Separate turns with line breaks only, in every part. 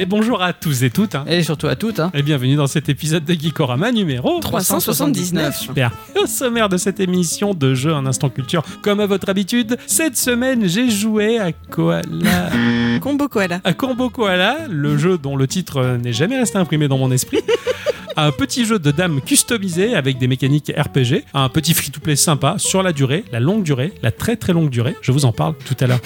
Et bonjour à tous et toutes. hein.
Et surtout à toutes, hein.
Et bienvenue dans cet épisode de Geekorama numéro
379.
Super. Au sommaire de cette émission de jeu un instant culture, comme à votre habitude, cette semaine j'ai joué à Koala,
Combo Koala.
à Combo Koala, le jeu dont le titre euh, n'est jamais resté imprimé dans mon esprit. Un petit jeu de dames customisé avec des mécaniques RPG, un petit free-to-play sympa sur la durée, la longue durée, la très très longue durée. Je vous en parle tout à l'heure.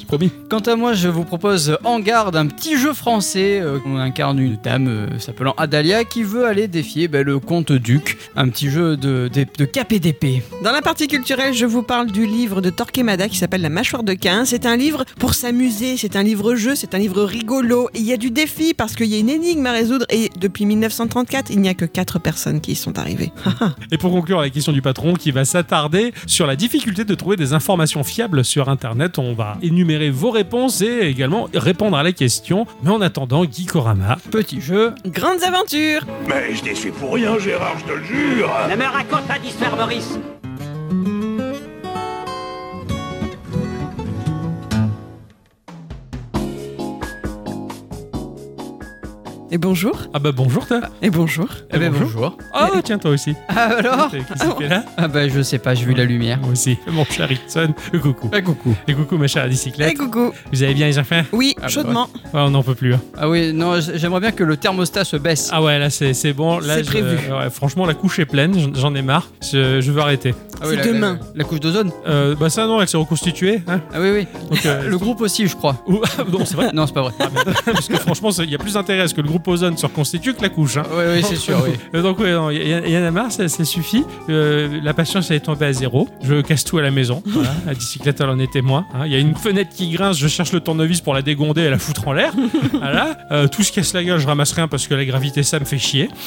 J'ai promis.
Quant à moi, je vous propose euh, En Garde, un petit jeu français euh, où on incarne une dame euh, s'appelant Adalia qui veut aller défier ben, le comte Duc. Un petit jeu de, de, de cap et d'épée.
Dans la partie culturelle, je vous parle du livre de Torquemada qui s'appelle La mâchoire de Cain. C'est un livre pour s'amuser, c'est un livre jeu, c'est un livre rigolo. Et il y a du défi parce qu'il y a une énigme à résoudre et depuis 1934, il n'y a que 4 personnes qui y sont arrivées.
Et pour conclure la question du patron qui va s'attarder sur la difficulté de trouver des informations fiables sur Internet, on va énumérer vos réponses et également répondre à la question. Mais en attendant, Guy Korama.
Petit jeu.
Grandes aventures
Mais je t'ai fait pour rien, Gérard, je te le jure
Ne me raconte pas d'histoire, Maurice
Et bonjour
Ah bah bonjour toi.
Et bonjour
Eh ben,
Ah tiens toi aussi.
Ah, alors
Qu'est-ce qui fait là
Ah bah je sais pas, j'ai vu la lumière.
Moi aussi. Mon cher Rickson. Et coucou.
Ah coucou.
Et coucou ma chère
Et
bicyclette.
coucou
Vous allez bien les enfants
Oui,
Ah bah
chaudement.
Ouais, On n'en peut plus. hein.
Ah oui, non, j- j'aimerais bien que le thermostat se baisse.
Ah ouais là c'est c'est bon. Là,
C'est
je-
prévu.
ouais, franchement la couche est pleine. J'en- J'en ai marre. Je, je veux arrêter.
Ah oui,
c'est
la-
demain.
La, la couche d'ozone
Euh, bah ça non elle s'est reconstituée. Hein
Ah oui, oui.
Donc, euh,
Le groupe aussi, je crois.
ou- non c'est vrai.
Non, c'est pas vrai.
Parce que franchement, il y a plus d'intérêt à ce que le groupe Ozone se reconstitue que la couche. hein.
Oui, oui, c'est sûr, oui.
Euh, Donc, ouais, non, y- y- y en a marre, ça, ça suffit. Euh, la patience, elle est tombée à zéro. Je casse tout à la maison. Voilà. La bicyclette, elle en est témoin. hein. Il y a une fenêtre qui grince, je cherche le tournevis pour la dégonder et la foutre en l'air. Voilà. Euh, tout se casse la gueule, je ramasse rien parce que la gravité, ça me fait chier.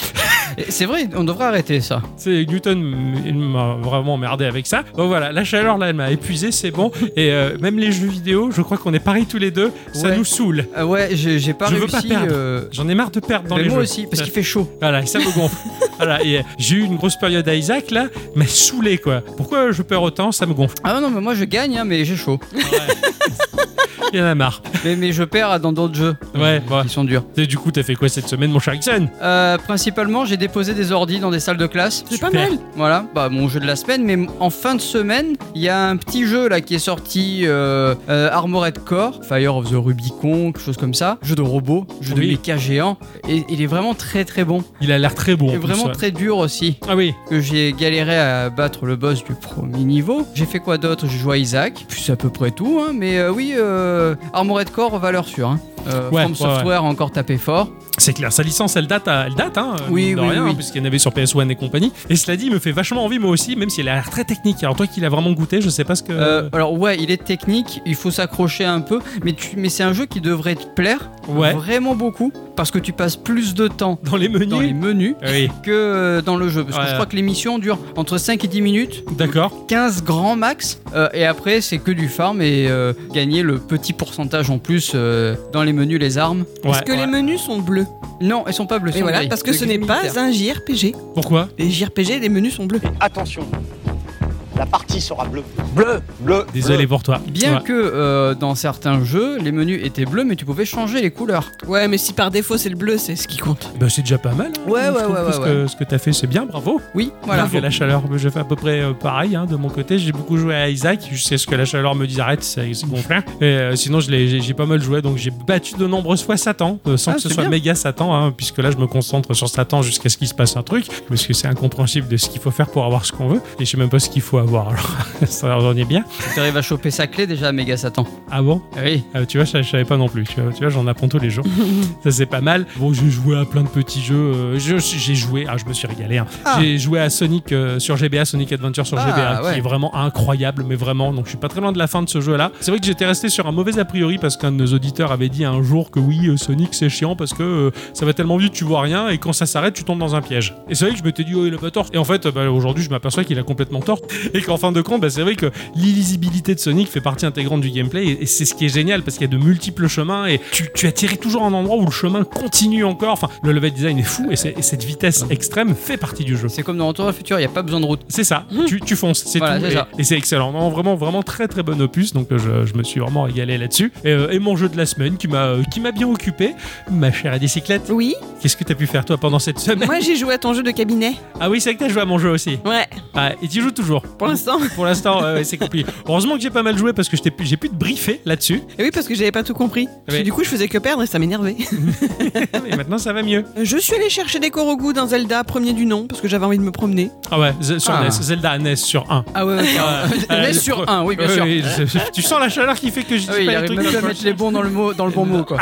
Et C'est vrai, on devrait arrêter ça.
C'est Newton, m- il m'a vraiment emmerdé avec ça. Bon, voilà, la chaleur, là, elle m'a épuisé, c'est bon. Et euh, même les jeux vidéo, je crois qu'on est pareil tous les deux. Ça
Ouais.
nous saoule.
Ah ouais, j'ai j'ai pas
Je veux
réussi.
pas perdre.
euh,
J'en ai marre de perdre dans
mais
les
moi
jeux.
aussi, parce qu'il fait chaud.
Voilà, et ça me gonfle. voilà, et euh, j'ai eu une grosse période à Isaac là, mais saoulé quoi. Pourquoi je perds autant Ça me gonfle.
Ah non, mais moi je gagne, hein, mais j'ai chaud.
Il y en a marre.
mais, mais je perds dans d'autres jeux.
Ouais, bah.
Ils sont durs.
Et du coup, t'as fait quoi cette semaine, mon cher Ixon
Euh, principalement, j'ai déposé des ordis dans des salles de classe.
C'est pas
Super.
mal
Voilà, bah mon jeu de la semaine, mais en fin de semaine, il y a un petit jeu là qui est sorti euh, euh, Armored Core, Fire of the Rubicon, quelque chose comme ça, jeu de robot, jeu
Oui.
de méca géant, et il est vraiment très très bon,
Il a l'air très bon.
et
en plus,
vraiment
ouais.
très dur aussi.
Ah oui,
que j'ai galéré à battre le boss du premier niveau. J'ai fait quoi d'autre J'ai joué à Isaac, puis c'est à peu près tout, hein, mais euh, oui, euh, Armored Core, valeur sûre. Hein. Euh,
Ouais,
From
ouais,
Software a encore tapé fort.
c'est clair. Sa licence, elle date, à- elle date, hein. euh,
Oui,
mine de
oui,
rien,
oui.
hein, puisqu'il y en avait sur PS1 et compagnie. Et cela dit, il me fait vachement envie, moi aussi, même si elle a l'air très technique. Alors toi qui l'as vraiment goûté, je sais pas ce que.
Euh, alors ouais, il est technique, il faut s'accrocher un peu, mais, tu- mais c'est un jeu qui devrait te plaire
ouais,
vraiment beaucoup, parce que tu passes plus de temps
dans les menus.
dans les menus
Oui,
que euh, dans le jeu, parce
Ouais.
que je crois que les missions durent entre 5 et 10 minutes,
d'accord.
15 grands max, euh, et après c'est que du farm et euh, gagner le petit pourcentage en plus euh, dans les menus, les armes.
Ouais,
Parce que les
ouais.
menus sont bleus.
Non, elles sont pas bleues.
Et
sont
voilà,
gris.
parce que
Le
ce
gris
n'est pas
militaire.
un JRPG.
Pourquoi
Les JRPG, les menus sont bleus.
Attention, la partie sera bleue. Bleu, bleu.
Désolé pour toi.
Euh, Bien
Ouais.
que euh, dans certains jeux, les menus étaient bleus, mais tu pouvais changer les couleurs.
Ouais, mais si par défaut c'est le bleu, c'est ce qui compte.
Bah, c'est déjà pas mal. hein.
Ouais,
Je
ouais,
trouve
ouais,
que
ouais,
ce que, ce que t'as fait, c'est bien, bravo.
Oui,
Voilà.
voilà.
la chaleur, j'ai fait à peu près euh, pareil hein, de mon côté. J'ai beaucoup joué à Isaac jusqu'à ce que la chaleur me dise arrête, c'est c'est gonflant. Et, euh, sinon, je l'ai- j'ai j'ai pas mal joué, donc j'ai battu de nombreuses fois Satan, euh, sans
Ah,
que ce
c'est
soit
bien.
méga Satan, hein, puisque là, je me concentre sur Satan jusqu'à ce qu'il se passe un truc, parce que c'est incompréhensible de ce qu'il faut faire pour avoir ce qu'on veut. Et je sais même pas ce qu'il faut avoir, alors ça en est bien.
Tu arrives à choper sa clé déjà, méga Satan. Eh
Ah bon
Oui.
euh, tu vois, je, je savais pas non plus. Tu vois, tu vois, j'en apprends tous les jours. ça c'est pas mal. Bon, j'ai joué à plein de petits jeux. euh, je- j'ai joué, ah, je me suis régalé. hein.
Ah.
J'ai joué à Sonic euh, sur GBA, Sonic Adventure sur
Ah,
GBA, qui
ouais.
est vraiment incroyable, mais vraiment. Donc je suis pas très loin de la fin de ce jeu-là. C'est vrai que j'étais resté sur un mauvais a priori parce qu'un de nos auditeurs avait dit un jour que oui, euh, Sonic c'est chiant parce que euh, ça va tellement vite, tu vois rien, et quand ça s'arrête, tu tombes dans un piège. Et c'est vrai que je m'étais dit, oh, il a pas tort. Et en fait, euh, bah, aujourd'hui, je m'aperçois qu'il a complètement tort et qu'en fin de compte, bah, c'est vrai que l'illisibilité de Sonic fait partie intégrante du gameplay et, Et c'est ce qui est génial parce qu'il y a de multiples chemins et tu, tu as tiré toujours un endroit où le chemin continue encore. Enfin, le level design est fou et, c'est- et cette vitesse extrême fait partie du jeu.
C'est comme dans Retour vers le futur, il n'y a pas besoin de route.
C'est ça, tu, tu fonces, c'est
Mmh. Voilà,
tout.
c'est
et
ça.
et c'est excellent. Non, vraiment, vraiment très très bon opus, donc euh, je, je me suis vraiment régalé là-dessus. Et, euh, et mon jeu de la semaine qui m'a euh, qui m'a bien occupé, ma chère bicyclette,
Oui,
qu'est-ce que t'as pu faire toi pendant cette semaine
moi j'ai joué à ton jeu de cabinet.
Ah oui, c'est vrai que t'as joué à mon jeu aussi.
Ouais,
Ah, et tu joues toujours
pour l'instant.
Pour l'instant, ouais, ouais, c'est compliqué. Heureusement que j'ai pas mal joué parce que je t'ai pu- j'ai pu te briefer là-dessus.
Et oui, parce que j'avais pas tout compris. Parce
Ouais.
que du coup, je faisais que perdre et ça m'énervait.
Ah,
Et maintenant, ça va mieux.
Je suis allé chercher des Korogu dans Zelda, premier du nom, parce que j'avais envie de me promener.
Ah ouais, Z- sur
Ah.
NES, Zelda NES sur 1.
Ah ouais, ouais,
Ah,
Mais
le
sur
pre-
un, oui, bien
Ouais,
sûr.
ouais, je- tu sens la chaleur qui fait que je dis
Ah oui, il
pas les
arrive
trucs
même
dans
plus à
le-
mettre les bons dans le, mot, dans le bon mot, quoi.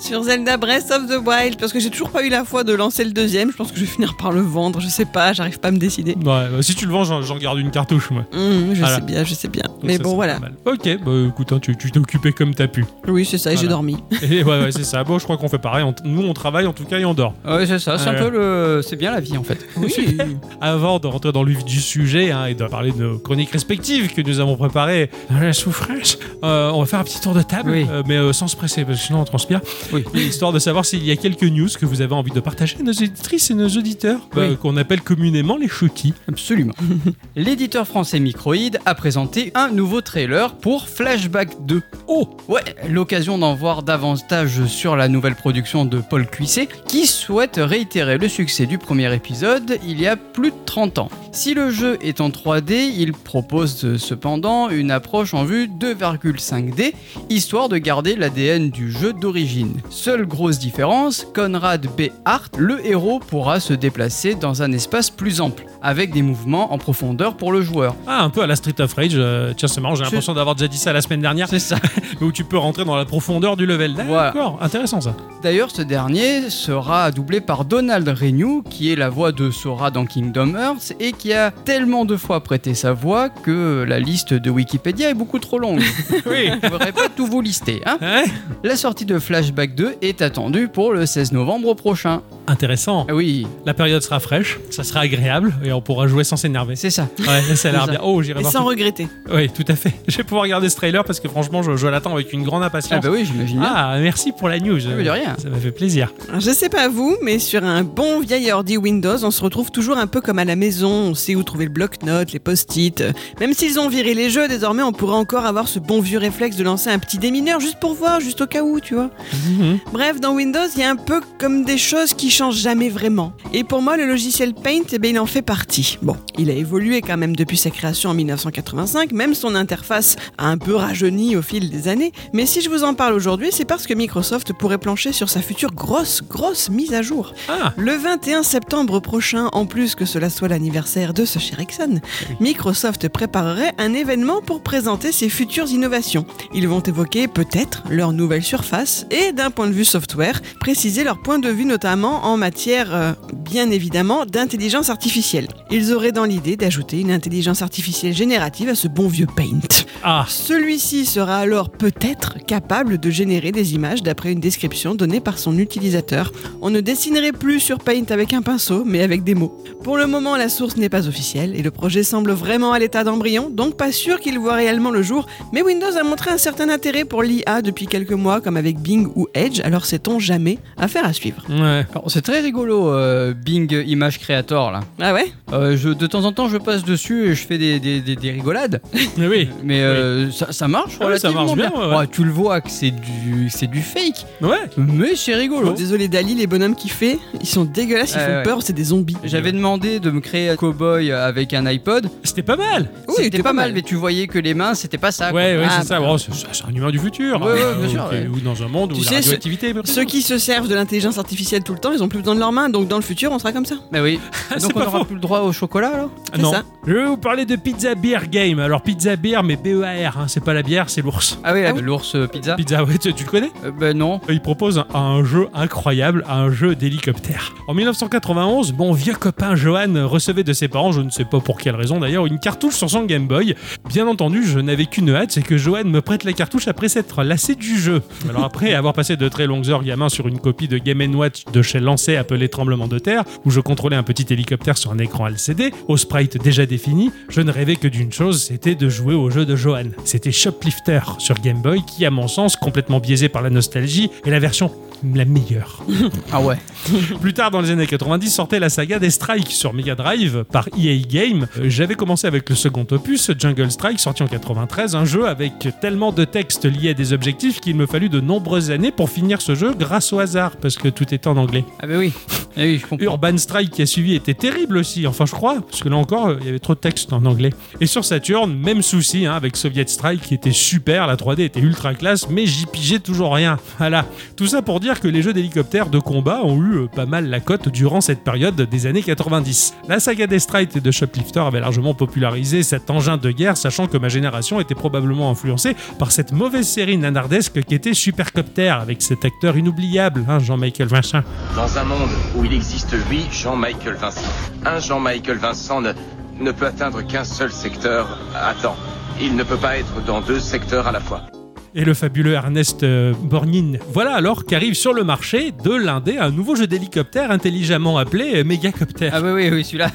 Sur Zelda Breath of the Wild, parce que j'ai toujours pas eu la foi de lancer le deuxième. Je pense que je vais finir par le vendre, je sais pas, j'arrive pas à me décider.
Ouais, bah, si tu le vends, j'en j'en garde une cartouche, moi.
Hum, je
Voilà.
sais bien, je sais bien.
Donc
Mais
ça,
bon,
c'est
voilà.
pas mal. Ok, bah écoute, hein, tu tu t'es occupé comme t'as pu.
Oui, c'est ça, et j'ai
Voilà. Bah,
dormi.
Et ouais, ouais, c'est ça. Bon, je crois qu'on fait pareil. On- nous, on travaille en tout cas et on dort.
Ouais, c'est ça, c'est un
Ouais.
peu le. C'est bien la vie en fait.
Super. Avant de rentrer dans le vif du sujet hein, et de parler de nos chroniques respectives que nous avons préparées dans la souffrance, euh, on va faire un petit tour de table,
Oui.
euh, mais euh, sans se presser, parce que sinon on transpire.
Oui.
Histoire de savoir s'il y a quelques news que vous avez envie de partager à nos éditrices et nos auditeurs, bah,
Oui.
qu'on appelle communément les choutis.
Absolument. L'éditeur français Microïd a présenté un nouveau trailer pour Flashback 2.
Oh
Ouais, l'occasion d'en voir davantage sur la nouvelle production de Paul Cuisset, qui souhaite réitérer le succès du premier épisode il y a plus de 30 ans. Si le jeu est en 3D, il propose cependant une approche en vue 2,5D, histoire de garder l'ADN du jeu d'origine. Seule grosse différence, Conrad B. Hart, le héros, pourra se déplacer dans un espace plus ample, avec des mouvements en profondeur pour le joueur.
Ah, un peu à la Street of Rage. euh, tiens, c'est marrant, j'ai
C'est-
l'impression d'avoir déjà dit ça la semaine dernière,
C'est ça.
mais où tu peux rentrer dans la profondeur du level.
Voilà.
D'accord, intéressant ça.
D'ailleurs, ce dernier sera doublé par Donald Renew, qui est la voix de Sora dans Kingdom Hearts et qui a tellement de fois prêté sa voix que la liste de Wikipédia est beaucoup trop longue.
Oui.
Je ne pourrais pas tout vous lister. Hein
Hein
la sortie de Flashback 2 est attendue pour le 16 novembre prochain.
intéressant.
Ah oui,
La période sera fraîche, ça sera agréable et on pourra jouer sans s'énerver.
c'est ça.
Ouais, ça a l'air
ça.
bien. Oh, j'irai
Et
voir.
sans regretter.
tout- Oui, tout à fait. Je vais pouvoir regarder ce trailer parce que franchement, je, je l'attends avec une grande
Ah
impatience.
bah oui, j'imagine bien.
Ah, merci pour la news.
mais de rien.
Ça m'a fait plaisir.
Alors, Je sais pas vous, mais sur un bon vieil ordi Windows, on se retrouve toujours un peu comme à la maison. On sait où trouver le bloc-notes, les post-it. Euh, Même s'ils ont viré les jeux, désormais on pourrait encore avoir ce bon vieux réflexe de lancer un petit démineur juste pour voir, juste au cas où, tu vois.
Mhm.
Bref, dans Windows, il y a un peu comme des choses qui changent jamais vraiment. Et pour moi, le logiciel Paint, eh ben, il en fait partie. Bon, il a évolué quand même depuis sa création en 1985, même son interface a un peu rajeuni au fil des années. Mais si je vous en parle aujourd'hui, c'est parce que Microsoft pourrait plancher sur sa future grosse, grosse mise à jour.
Ah,
Le 21 septembre prochain, en plus que cela soit l'anniversaire de ce cher Exxon, Microsoft préparerait un événement pour présenter ses futures innovations. Ils vont évoquer peut-être leur nouvelle surface et, d'un point de vue software, préciser leur point de vue notamment en matière, euh, bien évidemment, d'intelligence artificielle. Ils auraient dans l'idée d'ajouter une intelligence artificielle générative à ce bon vieux Paint.
ah,
Celui-ci sera alors peut-être capable de générer des images d'après une description donnée par son utilisateur. On ne dessinerait plus sur Paint avec un pinceau, mais avec des mots. Pour le moment, la source n'est pas officielle et le projet semble vraiment à l'état d'embryon, donc pas sûr qu'il voit réellement le jour. Mais Windows a montré un certain intérêt pour l'IA depuis quelques mois, comme avec Bing ou Edge, alors sait-on jamais Affaire à suivre.
ouais.
Alors, c'est très rigolo, euh, Bing Image Creator là.
Ah ouais
Euh, je, de temps en temps, je passe dessus et je fais des, des- des- des rigolades,
Mais oui.
mais euh, ça, ça marche
Ah oui, ça
relativement
marche bien, ouais, ouais.
Ouais, tu le vois que c'est du, c'est du fake,
Ouais.
mais c'est rigolo.
Bon, Désolé Dali, les bonhommes qui fait, ils sont dégueulasses,
Oh Eh
ils
Ouais,
font
ouais.
peur, c'est des zombies.
J'avais demandé de me créer un cowboy avec un iPod.
C'était pas mal.
Oui,
c'était
c'était
pas, mal, mais tu voyais que les mains, c'était pas ça. quoi.
Ouais, ouais,
Ah,
c'est ça. Bon, c'est- c'est c'est un humain du futur.
bah. Ouais, ouais, bien
Ou-
sûr,
ou-
ouais.
Ou dans un monde où
Tu
la
sais, ce-
radioactivité est présente.
Ceux qui se servent de l'intelligence artificielle tout le temps, ils ont plus besoin de leurs mains, donc dans le futur, on sera comme ça.
Mais oui. Donc on
pas
n'aura
faux.
plus le droit au chocolat alors
c'est
Non.
ça.
Je vais vous parler de Pizza Beer Game. Alors, Pizza Beer, mais B-E-A-R. hein, C'est pas la bière, c'est l'ours.
Ah oui,
Ah oui.
l'ours euh, pizza.
Pizza, ouais, tu tu le connais
Euh, ben non.
il propose un, un jeu incroyable, un jeu d'hélicoptère. En 1991, mon vieux copain Johan recevait de ses parents, je ne sais pas pour quelle raison d'ailleurs, une cartouche sur son Game Boy. Bien entendu, je n'avais qu'une hâte, c'est que Johan me prête la cartouche après s'être lassé du jeu. Alors après avoir passé de très longues heures gamin sur une copie de Game Watch de chez Lancet appelée Tremblement de Terre, où je contrôlais un petit hélicoptère sur un écran LCD, au sprite déjà défini, je ne rêvais que d'une chose, c'était de jouer au jeu de Johan. Johan. C'était Shoplifter sur Game Boy qui, à mon sens, complètement biaisé par la nostalgie, est la version la meilleure.
Ah ouais.
Plus tard dans les années 90 sortait la saga des Strikes sur Mega Drive par EA Game. Euh, J'avais commencé avec le second opus, Jungle Strike, sorti en 93, un jeu avec tellement de textes liés à des objectifs qu'il me fallut de nombreuses années pour finir ce jeu grâce au hasard, parce que tout était en anglais.
Ah bah oui. Ah oui, je comprends.
Urban Strike qui a suivi était terrible aussi, enfin je crois, parce que là encore, euh, il y avait trop de textes en anglais. Et sur Saturn, même souci hein, avec Soviet Strike qui était super, la 3D était ultra classe, mais j'y pigeais toujours rien. Voilà. Tout ça pour dire que les jeux d'hélicoptères de combat ont eu euh, pas mal la cote durant cette période des années 90. La saga des Strikes et de Shoplifter avait largement popularisé cet engin de guerre, sachant que ma génération était probablement influencée par cette mauvaise série nanardesque qu'était Supercopter, avec cet acteur inoubliable, hein, Jean-Michael Machin.
Dans un monde où il existe huit Jean-Michael Vincent, un Jean-Michael Vincent ne, ne peut atteindre qu'un seul secteur à temps. Il ne peut pas être dans deux secteurs à la fois.
et le fabuleux Ernest euh, Borgnin. Voilà alors qu'arrive sur le marché de l'Indé un nouveau jeu d'hélicoptère intelligemment appelé euh, Megacopter.
Ah bah oui, oui, celui-là.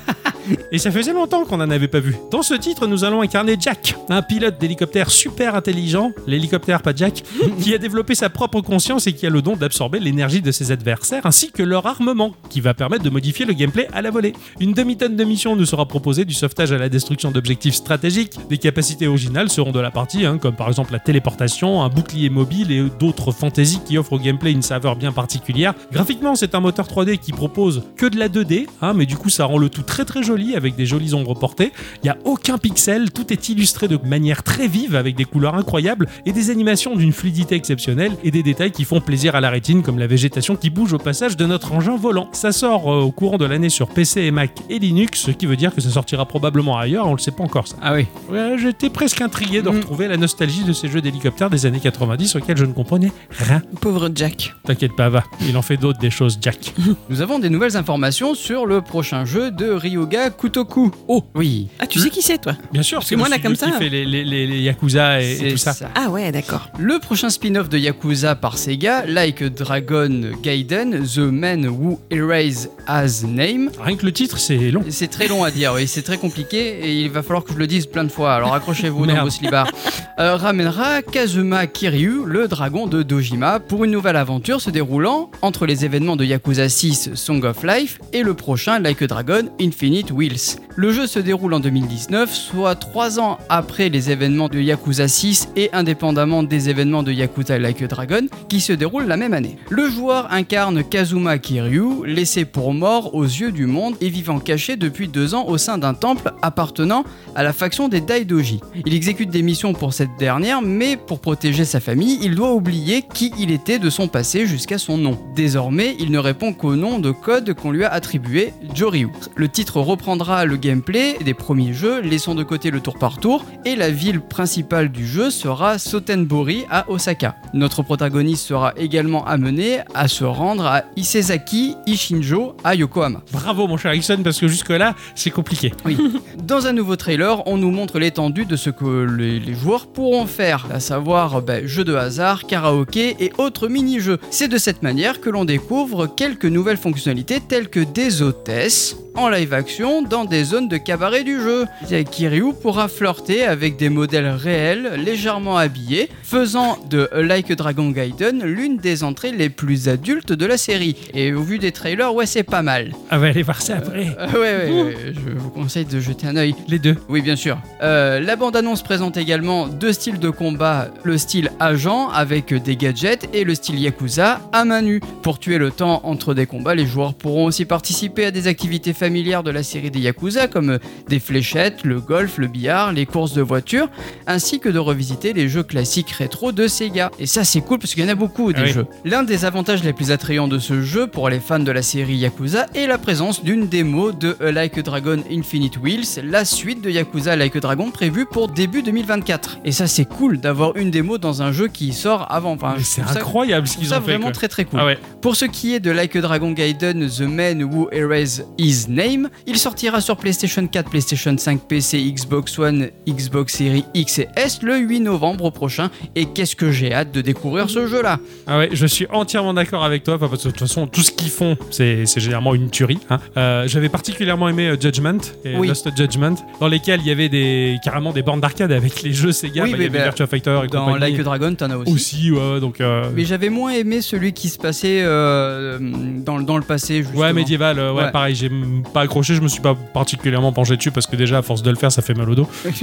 Et ça faisait longtemps qu'on n'en avait pas vu. Dans ce titre, nous allons incarner Jack, un pilote d'hélicoptère super intelligent, l'hélicoptère pas Jack, qui a développé sa propre conscience et qui a le don d'absorber l'énergie de ses adversaires ainsi que leur armement, qui va permettre de modifier le gameplay à la volée. Une demi-tonne de missions nous sera proposée, du sauvetage à la destruction d'objectifs stratégiques. Des capacités originales seront de la partie, hein, comme par exemple la téléportation, un bouclier mobile et d'autres fantaisies qui offrent au gameplay une saveur bien particulière. Graphiquement, c'est un moteur 3D qui propose que de la 2D, hein, mais du coup, ça rend le tout très très joli avec des jolies ombres portées. Il n'y a aucun pixel, tout est illustré de manière très vive avec des couleurs incroyables et des animations d'une fluidité exceptionnelle et des détails qui font plaisir à la rétine comme la végétation qui bouge au passage de notre engin volant. Ça sort euh, au courant de l'année sur PC et Mac et Linux, ce qui veut dire que ça sortira probablement ailleurs, on le sait pas encore ça.
Ah oui.
Ouais, J'étais presque intrigué
Mm.
de retrouver la nostalgie de ces jeux d'hélicoptères des années 90 auxquels je ne comprenais rien.
Pauvre Jack.
T'inquiète pas, va, il en fait d'autres des choses, Jack.
Nous avons des nouvelles informations sur le prochain jeu de Ryuga Kutoku. Oh oui.
Ah, tu sais qui c'est, toi
Bien sûr,
Parce
c'est
que moi,
le
là, comme
studio
ça-
qui fait les, les- les- les Yakuza et- et,
C'est
tout ça.
Ah ouais, d'accord.
Le prochain spin-off de Yakuza par Sega, Like Dragon Gaiden, The Man Who Erased Has Name.
Rien que le titre, c'est long.
C'est très long à dire, oui, c'est très compliqué et il va falloir que je le dise plein de fois, alors accrochez-vous dans
Merde.
vos slibards. Euh, ramènera Kazuma Kiryu, le dragon de Dojima, pour une nouvelle aventure se déroulant entre les événements de Yakuza 6 Song of Life et le prochain Like a Dragon Infinite Wheels. Le jeu se déroule en 2019, soit 3 ans après les événements de Yakuza 6 et indépendamment des événements de Yakuza Like a Dragon qui se déroulent la même année. Le joueur incarne Kazuma Kiryu, laissé pour mort aux yeux du monde et vivant caché depuis deux ans au sein d'un temple appartenant à la faction des Daidoji. Il exécute des missions pour cette dernière, mais pour protéger sa famille, il doit oublier qui il était de son passé jusqu'à son nom. Désormais, il ne répond qu'au nom de code qu'on lui a attribué, Joryu. Le titre reprendra le gameplay des premiers jeux, laissant de côté le tour par tour, et la ville principale du jeu sera Sotenbori à Osaka. Notre protagoniste sera également amené à se rendre à Isezaki Ishinjo à Yokohama.
Bravo mon cher Ixon parce que jusque-là, c'est compliqué.
Oui. Dans un nouveau trailer, on nous montre l'étendue de ce que les, les joueurs pourront faire, à savoir ben, jeux de hasard, karaoké et autres mini-jeux. C'est de cette manière que l'on découvre quelques nouvelles fonctionnalités telles que des hôtesses en live action dans des zones de cabaret du jeu. Kiryu pourra flirter avec des modèles réels, légèrement habillés, faisant de Like a Dragon Gaiden l'une des entrées les plus adultes de la série. Et au vu des trailers, ouais, c'est pas mal.
Ah bah allez voir ça après.
Euh, ouais, ouais, ouais, je vous conseille de jeter un œil.
Les deux.
Oui, bien sûr. Euh, la bande-annonce présente également deux styles de combat, le style agent avec des gadgets et le style yakuza à main nue. Pour tuer le temps entre des combats, les joueurs pourront aussi participer à des activités familières de la série des yakuza comme euh, des fléchettes, le golf, le billard, les courses de voitures, ainsi que de revisiter les jeux classiques rétro de Sega. Et ça, c'est cool parce qu'il y en a beaucoup des
Ah oui.
jeux. L'un des avantages les plus attrayants de ce jeu pour les fans de la série Yakuza est la présence d'une démo de A Like a Dragon Infinite Wheels, la suite de Yakuza Like a Dragon prévue pour début 2024. Et ça, c'est cool d'avoir une démo mots dans un jeu qui sort avant. Enfin,
Mais
je
c'est
trouve bah, ça-
incroyable ce
je trouve
qu'ils
ça
ont fait.
vraiment
quoi.
très très cool.
Ah ouais.
Pour ce qui est de Like a Dragon Gaiden, The Man Who Erased His Name, il sortira sur PlayStation 4, PlayStation 5, PC, Xbox One, Xbox Series X et S le 8 novembre prochain. Et qu'est-ce que j'ai hâte de découvrir ce jeu-là
Ah ouais, je suis entièrement d'accord avec toi. Parce que de toute façon, tout ce qu'ils font, c'est c'est généralement une tuerie. hein. Euh, J'avais particulièrement aimé euh, Judgment et
Oui.
Lost Judgment, dans lesquels il y avait des, carrément des bornes d'arcade avec les jeux Sega.
Oui,
Bah, il
mais
y avait
bah,
Virtua Fighter et
Dans
compagnie.
Like a Dragon, t'en as aussi.
aussi, ouais, donc. euh,
Mais j'avais moins aimé celui qui se passait euh, dans, le- dans le passé. Justement.
Ouais, médiéval, euh, ouais,
Ouais.
pareil, j'ai mm, pas accroché, je me suis pas particulièrement penché dessus parce que déjà, à force de le faire, ça fait mal au dos.
Oui.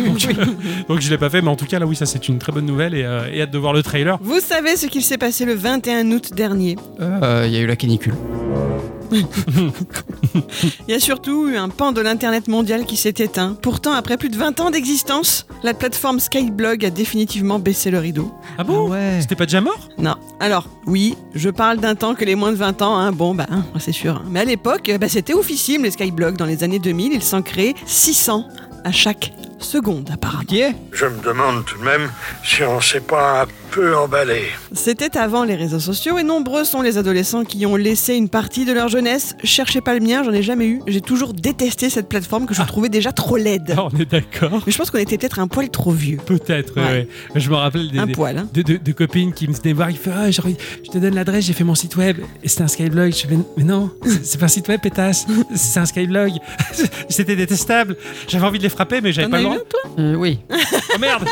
Donc je l'ai pas fait, mais en tout cas, là, oui, ça c'est une très bonne nouvelle et, euh, et hâte de voir le trailer.
Vous savez ce qu'il s'est passé le 21 août dernier
Euh, Il y a eu la canicule.
Il y a surtout eu un pan de l'Internet mondial qui s'est éteint. Pourtant, après plus de 20 ans d'existence, la plateforme Skyblog a définitivement baissé le rideau.
Ah bon
Ah ouais.
C'était pas déjà mort
Non. Alors, oui, je parle d'un temps que les moins de 20 ans, hein, bon, bah, hein, c'est sûr. hein. Mais à l'époque, euh, bah, c'était oufissime, les Skyblog. Dans les années 2000, ils s'en créaient 600 à chaque seconde, apparemment.
Qui est
Je me demande tout de même si on s'est pas un peu emballé.
C'était avant les réseaux sociaux et nombreux sont les adolescents qui ont laissé une partie de leur jeunesse. Cherchez pas le mien, j'en ai jamais eu. J'ai toujours détesté cette plateforme que je trouvais déjà trop laide.
Ah, On est d'accord.
Mais je pense qu'on était peut-être un poil trop vieux.
Peut-être, ouais. Je me rappelle des,
Un
des-
poil, hein.
de, de- de copines qui me venaient voir, il fait Ah, j'ai envie- je te donne l'adresse, j'ai fait mon site web, et c'était un skyblog. Je fais Mais non, c'est c'est pas un site web, pétasse, c'est un skyblog. c'était détestable. J'avais envie de les frapper, mais j'avais
T'en
pas
as
le
eu
droit.
un, toi
Euh, Oui.
Oh merde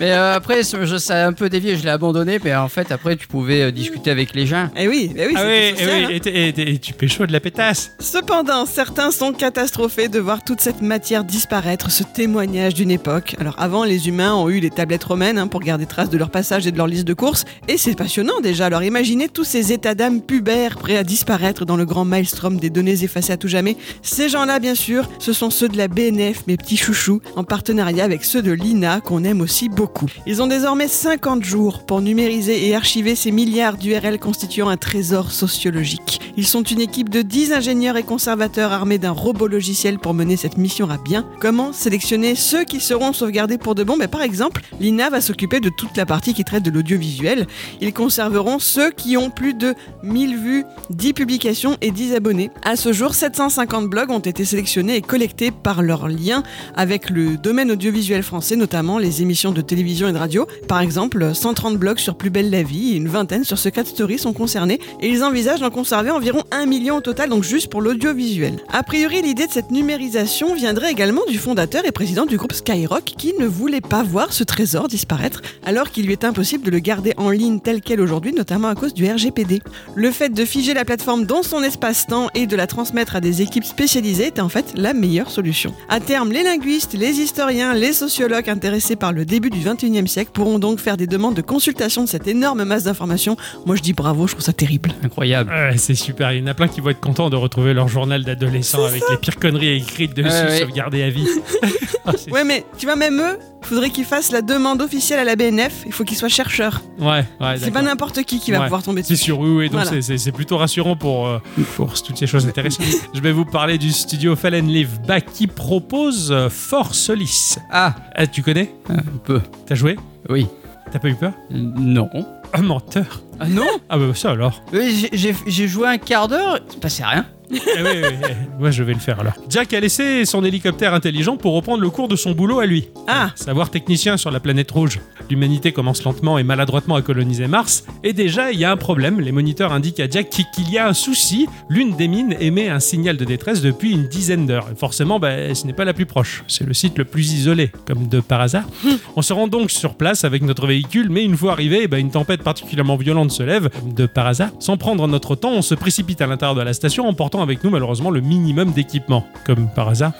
Mais euh, après, ce- je- ça a un peu dévié, je l'ai abandonné. Mais en fait, après, tu pouvais euh, discuter avec les gens.
Eh oui, eh oui,
Ah
c'était
oui, eh
social,
oui,
hein.
et, t'es- et t'es- et tu pécho de la pétasse.
Cependant, certains sont catastrophés de voir toute cette matière disparaître, ce témoignage d'une époque. Alors avant, les humains ont eu les tablettes romaines hein, pour garder trace de leur passage et de leur liste de courses, et c'est passionnant déjà. Alors imaginez tous ces états d'âme pubères prêts à disparaître dans le grand maelstrom des données effacées à tout jamais. Ces gens-là, bien sûr, ce sont ceux de la BNF, mes petits chouchous, en partenariat avec ceux de l'INA qu'on aime aussi beaucoup. Ils ont désormais 50 jours pour numériser et archiver ces milliards d'URL constituant un trésor sociologique. Ils sont une équipe de 10 ingénieurs et conservateurs armés d'un robot logiciel pour mener cette mission à bien. Comment sélectionner ceux qui seront sauvegardés pour de bon Ben, Par exemple, l'INA va s'occuper de toute la partie qui traite de l'audiovisuel. Ils conserveront ceux qui ont plus de 1000 vues, 10 publications et 10 abonnés. À ce jour, 750 blogs ont été sélectionnés et collectés par leurs liens avec le domaine audiovisuel français, notamment les émissions de télévision et de radio. Par exemple, 130 blogs sur Plus belle la vie et une vingtaine sur Secret Story sont concernés et ils envisagent d'en conserver environ 1 million au total, donc juste pour l'audiovisuel. A priori, l'idée de cette numérisation viendrait également du fondateur et président du groupe Skyrock qui ne voulait pas voir ce trésor disparaître alors qu'il lui est impossible de le garder en ligne tel quel aujourd'hui, notamment à cause du RGPD. Le fait de figer la plateforme dans son espace-temps et de la transmettre à des équipes spécialisées était en fait la meilleure solution. À terme, les linguistes, les historiens, les sociologues intéressés par le début du 21e siècle pourront donc faire des demandes de consultation de cette énorme masse d'informations. Moi je dis bravo, je trouve ça terrible.
Incroyable.
Ouais, c'est super, il y en a plein qui vont être contents de retrouver leur journal d'adolescent avec les pires conneries écrites dessus,
Ouais, ouais.
sauvegardées à vie. Ah, c'est-
Ouais mais tu vois même eux, faudrait qu'ils fassent la demande officielle à la BNF, il faut qu'ils soient chercheurs.
ouais, ouais,
C'est
Ah, d'accord.
pas n'importe qui qui va
Ouais.
pouvoir tomber
C'est
dessus.
sûr, oui, oui, donc
Voilà.
c'est- c'est c'est plutôt rassurant pour, euh, pour toutes ces choses intéressantes. Je vais vous parler du studio Fallen Live Back Bah, qui propose euh, Fort Solis.
Ah,
Ah, tu connais
un peu.
T'as joué
Oui.
T'as pas eu peur
Non.
Un menteur
Ah non
Ah bah ça alors
Oui, j'ai- J'ai j'ai joué un quart d'heure, il se passait rien.
Eh oui, oui, oui. Moi je vais le faire alors. Jack a laissé son hélicoptère intelligent pour reprendre le cours de son boulot à lui.
Ah
Savoir technicien sur la planète rouge. L'humanité commence lentement et maladroitement à coloniser Mars. Et déjà, il y a un problème. Les moniteurs indiquent à Jack qui- qu'il y a un souci. L'une des mines émet un signal de détresse depuis une dizaine d'heures. Et Forcément, bah, ce n'est pas la plus proche. C'est le site le plus isolé, comme de par hasard. On se rend donc sur place avec notre véhicule, mais une fois arrivé, bah, une tempête particulièrement violente se lève, comme de par hasard. Sans prendre notre temps, on se précipite à l'intérieur de la station en portant avec nous malheureusement le minimum d'équipement, comme par hasard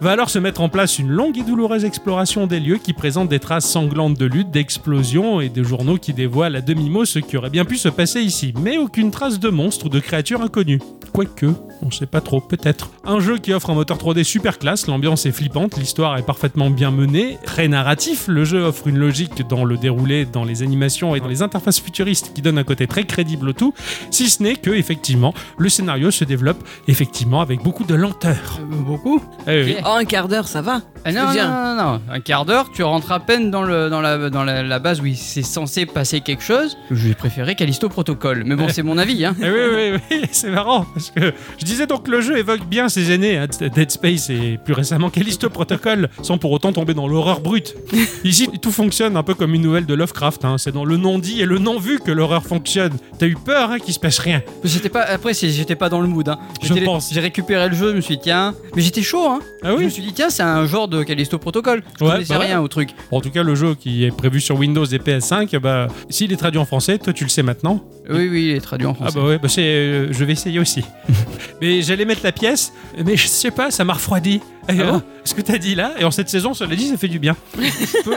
va alors se mettre en place une longue et douloureuse exploration des lieux qui présentent des traces sanglantes de lutte, d'explosions et des journaux qui dévoilent à demi-mot ce qui aurait bien pu se passer ici, mais aucune trace de monstres ou de créatures inconnues. Quoique, on sait pas trop, peut-être. Un jeu qui offre un moteur 3D super classe, l'ambiance est flippante, l'histoire est parfaitement bien menée, très narratif, le jeu offre une logique dans le déroulé, dans les animations et dans les interfaces futuristes qui donne un côté très crédible au tout, si ce n'est que, effectivement, le scénario se développe, effectivement, avec Euh, beaucoup de lenteur.
Beaucoup
Eh oui.
Oh, un quart d'heure, ça va.
Ah non,
Viens.
non, non, non, un quart d'heure, tu rentres à peine dans, le, dans, la, dans la, la base où il s'est censé passer quelque chose. J'ai préféré Callisto Protocol, mais bon, c'est mon avis. Hein.
Eh oui, oui, oui, c'est marrant parce que je disais donc le jeu évoque bien ses aînés, hein, Dead Space et plus récemment Callisto Protocol, sans pour autant tomber dans l'horreur brute. Ici, tout fonctionne un peu comme une nouvelle de Lovecraft. hein, C'est dans le non dit et le non vu que l'horreur fonctionne. T'as eu peur hein, qu'il se passe rien.
J'étais pas, après, c'est- j'étais pas dans le mood. Hein.
Je
J'étais-
pense.
J'ai récupéré le jeu, je me suis dit, tiens, mais j'étais chaud. Hein.
Ah
Je me
oui.
suis dit, tiens, c'est un genre de Callisto Protocol. Je
Ouais,
connaissais
bah ouais.
rien au truc.
En tout cas, le jeu qui est prévu sur Windows et PS5, bah, s'il est traduit en français, toi tu le sais maintenant.
Oui, oui, il est traduit en
Ah
français.
bah ouais, bah c'est, euh, je vais essayer aussi. mais j'allais mettre la pièce, mais je sais pas, ça m'a refroidi. Et,
Ah bon
euh, ce que t'as dit là, et en cette saison, cela dit, ça fait du bien.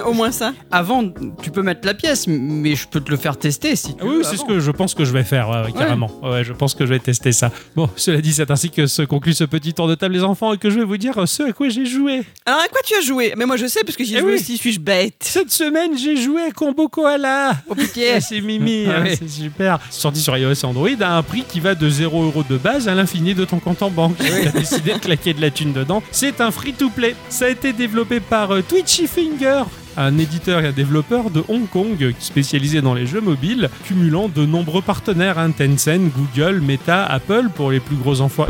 Au moins ça.
Avant, tu peux mettre la pièce, mais je peux te le faire tester si tu
Ah oui,
veux.
c'est ce
avant.
que je pense que je vais faire, ouais, ouais, carrément. Ouais, je pense que je vais tester ça. Bon, cela dit, c'est ainsi que se conclut ce petit tour de table, les enfants, et que je vais vous dire euh, ce à quoi j'ai joué.
Alors à quoi tu as joué Mais moi je sais parce que j'y ai
Eh
joué
oui.
aussi, suis-je bête
Cette semaine, j'ai joué à Combo Koala.
Oh putain
Ah, c'est Mimi,
Ah
hein,
oui.
c'est super. Sorti sur iOS et Android à un prix qui va de 0€ de base à l'infini de ton compte en banque. Tu as décidé de claquer de la thune dedans. C'est un free-to-play. Ça a été développé par euh, Twitchy Finger. Un éditeur et un développeur de Hong Kong spécialisé dans les jeux mobiles, cumulant de nombreux partenaires hein, Tencent, Google, Meta, Apple pour les plus gros enfants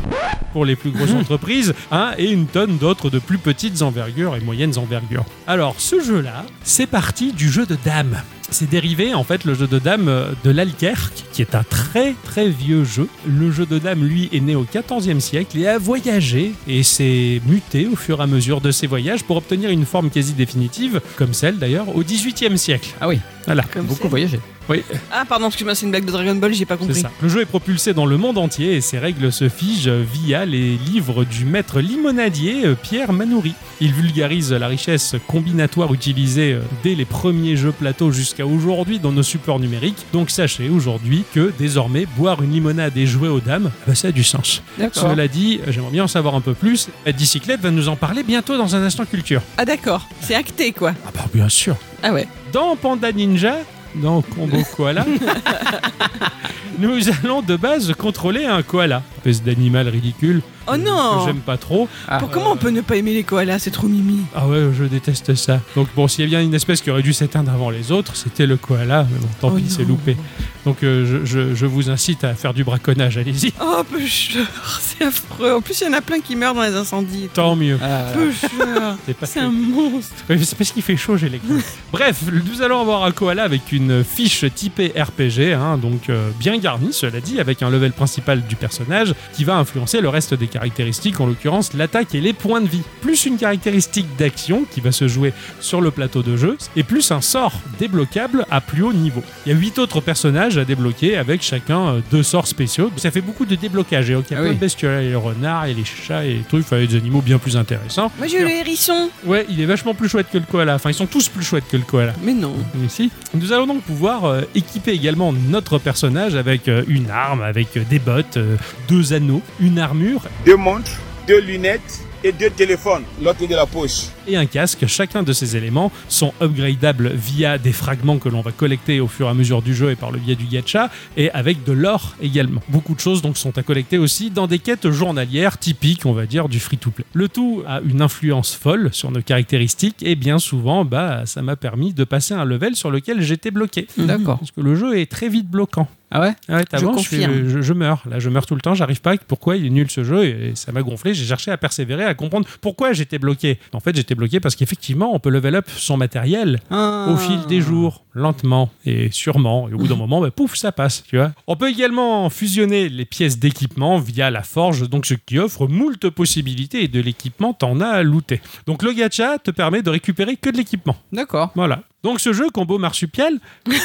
pour les plus grosses entreprises, hein, et une tonne d'autres de plus petites envergures et moyennes envergures. Alors, ce jeu-là, c'est parti du jeu de dames. C'est dérivé, en fait, le jeu de dames euh, de l'Alkerque, qui est un très très vieux jeu. Le jeu de dames, lui, est né au XIVe siècle et a voyagé et s'est muté au fur et à mesure de ses voyages pour obtenir une forme quasi définitive, comme celle d'ailleurs au XVIIIe siècle.
Ah oui,
Voilà.
Comme
beaucoup
ça.
voyagé.
Ah pardon, excuse-moi, c'est une blague de Dragon Ball, j'ai pas
C'est
compris.
ça. Le jeu est propulsé dans le monde entier et ses règles se figent via les livres du maître limonadier euh, Pierre Manoury. Il vulgarise la richesse combinatoire utilisée euh, dès les premiers jeux plateaux jusqu'à aujourd'hui dans nos supports numériques. Donc sachez aujourd'hui que désormais boire une limonade et jouer aux dames, bah, ça a du sens.
D'accord.
Cela dit, euh, j'aimerais bien en savoir un peu plus. La bicyclette va nous en parler bientôt dans un instant culture.
Ah d'accord, c'est acté quoi.
Ah bah bien sûr
Ah ouais.
dans Panda Ninja, dans Combo Koala, nous allons de base contrôler un koala, espèce d'animal ridicule
Oh
que
non
j'aime pas trop.
Ah,
Pour- Comment on peut ne pas aimer les koalas C'est trop mimi.
Ah ouais, je déteste ça. Donc bon, s'il y a bien une espèce qui aurait dû s'éteindre avant les autres, c'était le koala, mais bon, tant
Oh
pis, c'est
non.
loupé. Donc euh, je, je- je vous incite à faire du braconnage, allez-y.
Oh, pêcheur, c'est affreux. En plus, il y en a plein qui meurent dans les incendies.
Tant mieux.
Ah,
Pêcheur,
C'est pas
c'est un monstre.
Oui, c'est parce qu'il fait chaud, j'ai les craintes. Bref, nous allons avoir un koala avec une fiche typée RPG, hein, donc euh, bien garnie, cela dit, avec un level principal du personnage qui va influencer le reste des caractéristiques, en l'occurrence l'attaque et les points de vie, plus une caractéristique d'action qui va se jouer sur le plateau de jeu, et plus un sort débloquable à plus haut niveau. Il y a huit autres personnages à débloquer avec chacun euh, deux sorts spéciaux. Ça fait beaucoup de déblocages, et donc il y a
Ah
plein
oui.
de bestioles, il y a les renards, il y a les chats, et les trucs, enfin, il y a des animaux bien plus intéressants.
Moi, j'ai eu le hérisson.
Ouais, il est vachement plus chouette que le koala. Enfin, ils sont tous plus chouettes que le koala.
Mais non.
Mais si. Nous allons donc pouvoir euh, équiper également notre personnage avec euh, une arme, avec euh, des bottes, euh, deux anneaux, une armure
deux montres, deux lunettes et deux téléphones, l'autre de la poche.
et un casque. Chacun de ces éléments sont upgradables via des fragments que l'on va collecter au fur et à mesure du jeu et par le biais du gacha et avec de l'or également. Beaucoup de choses donc sont à collecter aussi dans des quêtes journalières typiques, on va dire, du free-to-play. Le tout a une influence folle sur nos caractéristiques et bien souvent, bah, ça m'a permis de passer un level sur lequel j'étais bloqué.
Euh, D'accord.
Mm-hmm.
Parce que le jeu est très vite bloquant.
Ah ouais
Ah ouais, t'as
Je
vraiment, je, suis-
confirme.
je- je meurs. Là, je meurs tout le temps. J'arrive pas. Pourquoi il est nul ce jeu Et ça m'a gonflé. J'ai cherché à persévérer, à comprendre pourquoi j'étais bloqué. En fait, j'étais bloqué parce qu'effectivement, on peut level up son matériel
Ah.
au fil des jours, lentement et sûrement. Et au bout d'un moment, bah, pouf, ça passe. Tu vois. On peut également fusionner les pièces d'équipement via la forge, donc ce qui offre moult possibilités. Et de l'équipement, t'en as à looter. Donc le gacha te permet de récupérer que de l'équipement.
D'accord.
Voilà. Donc ce jeu, Combo Marsupial,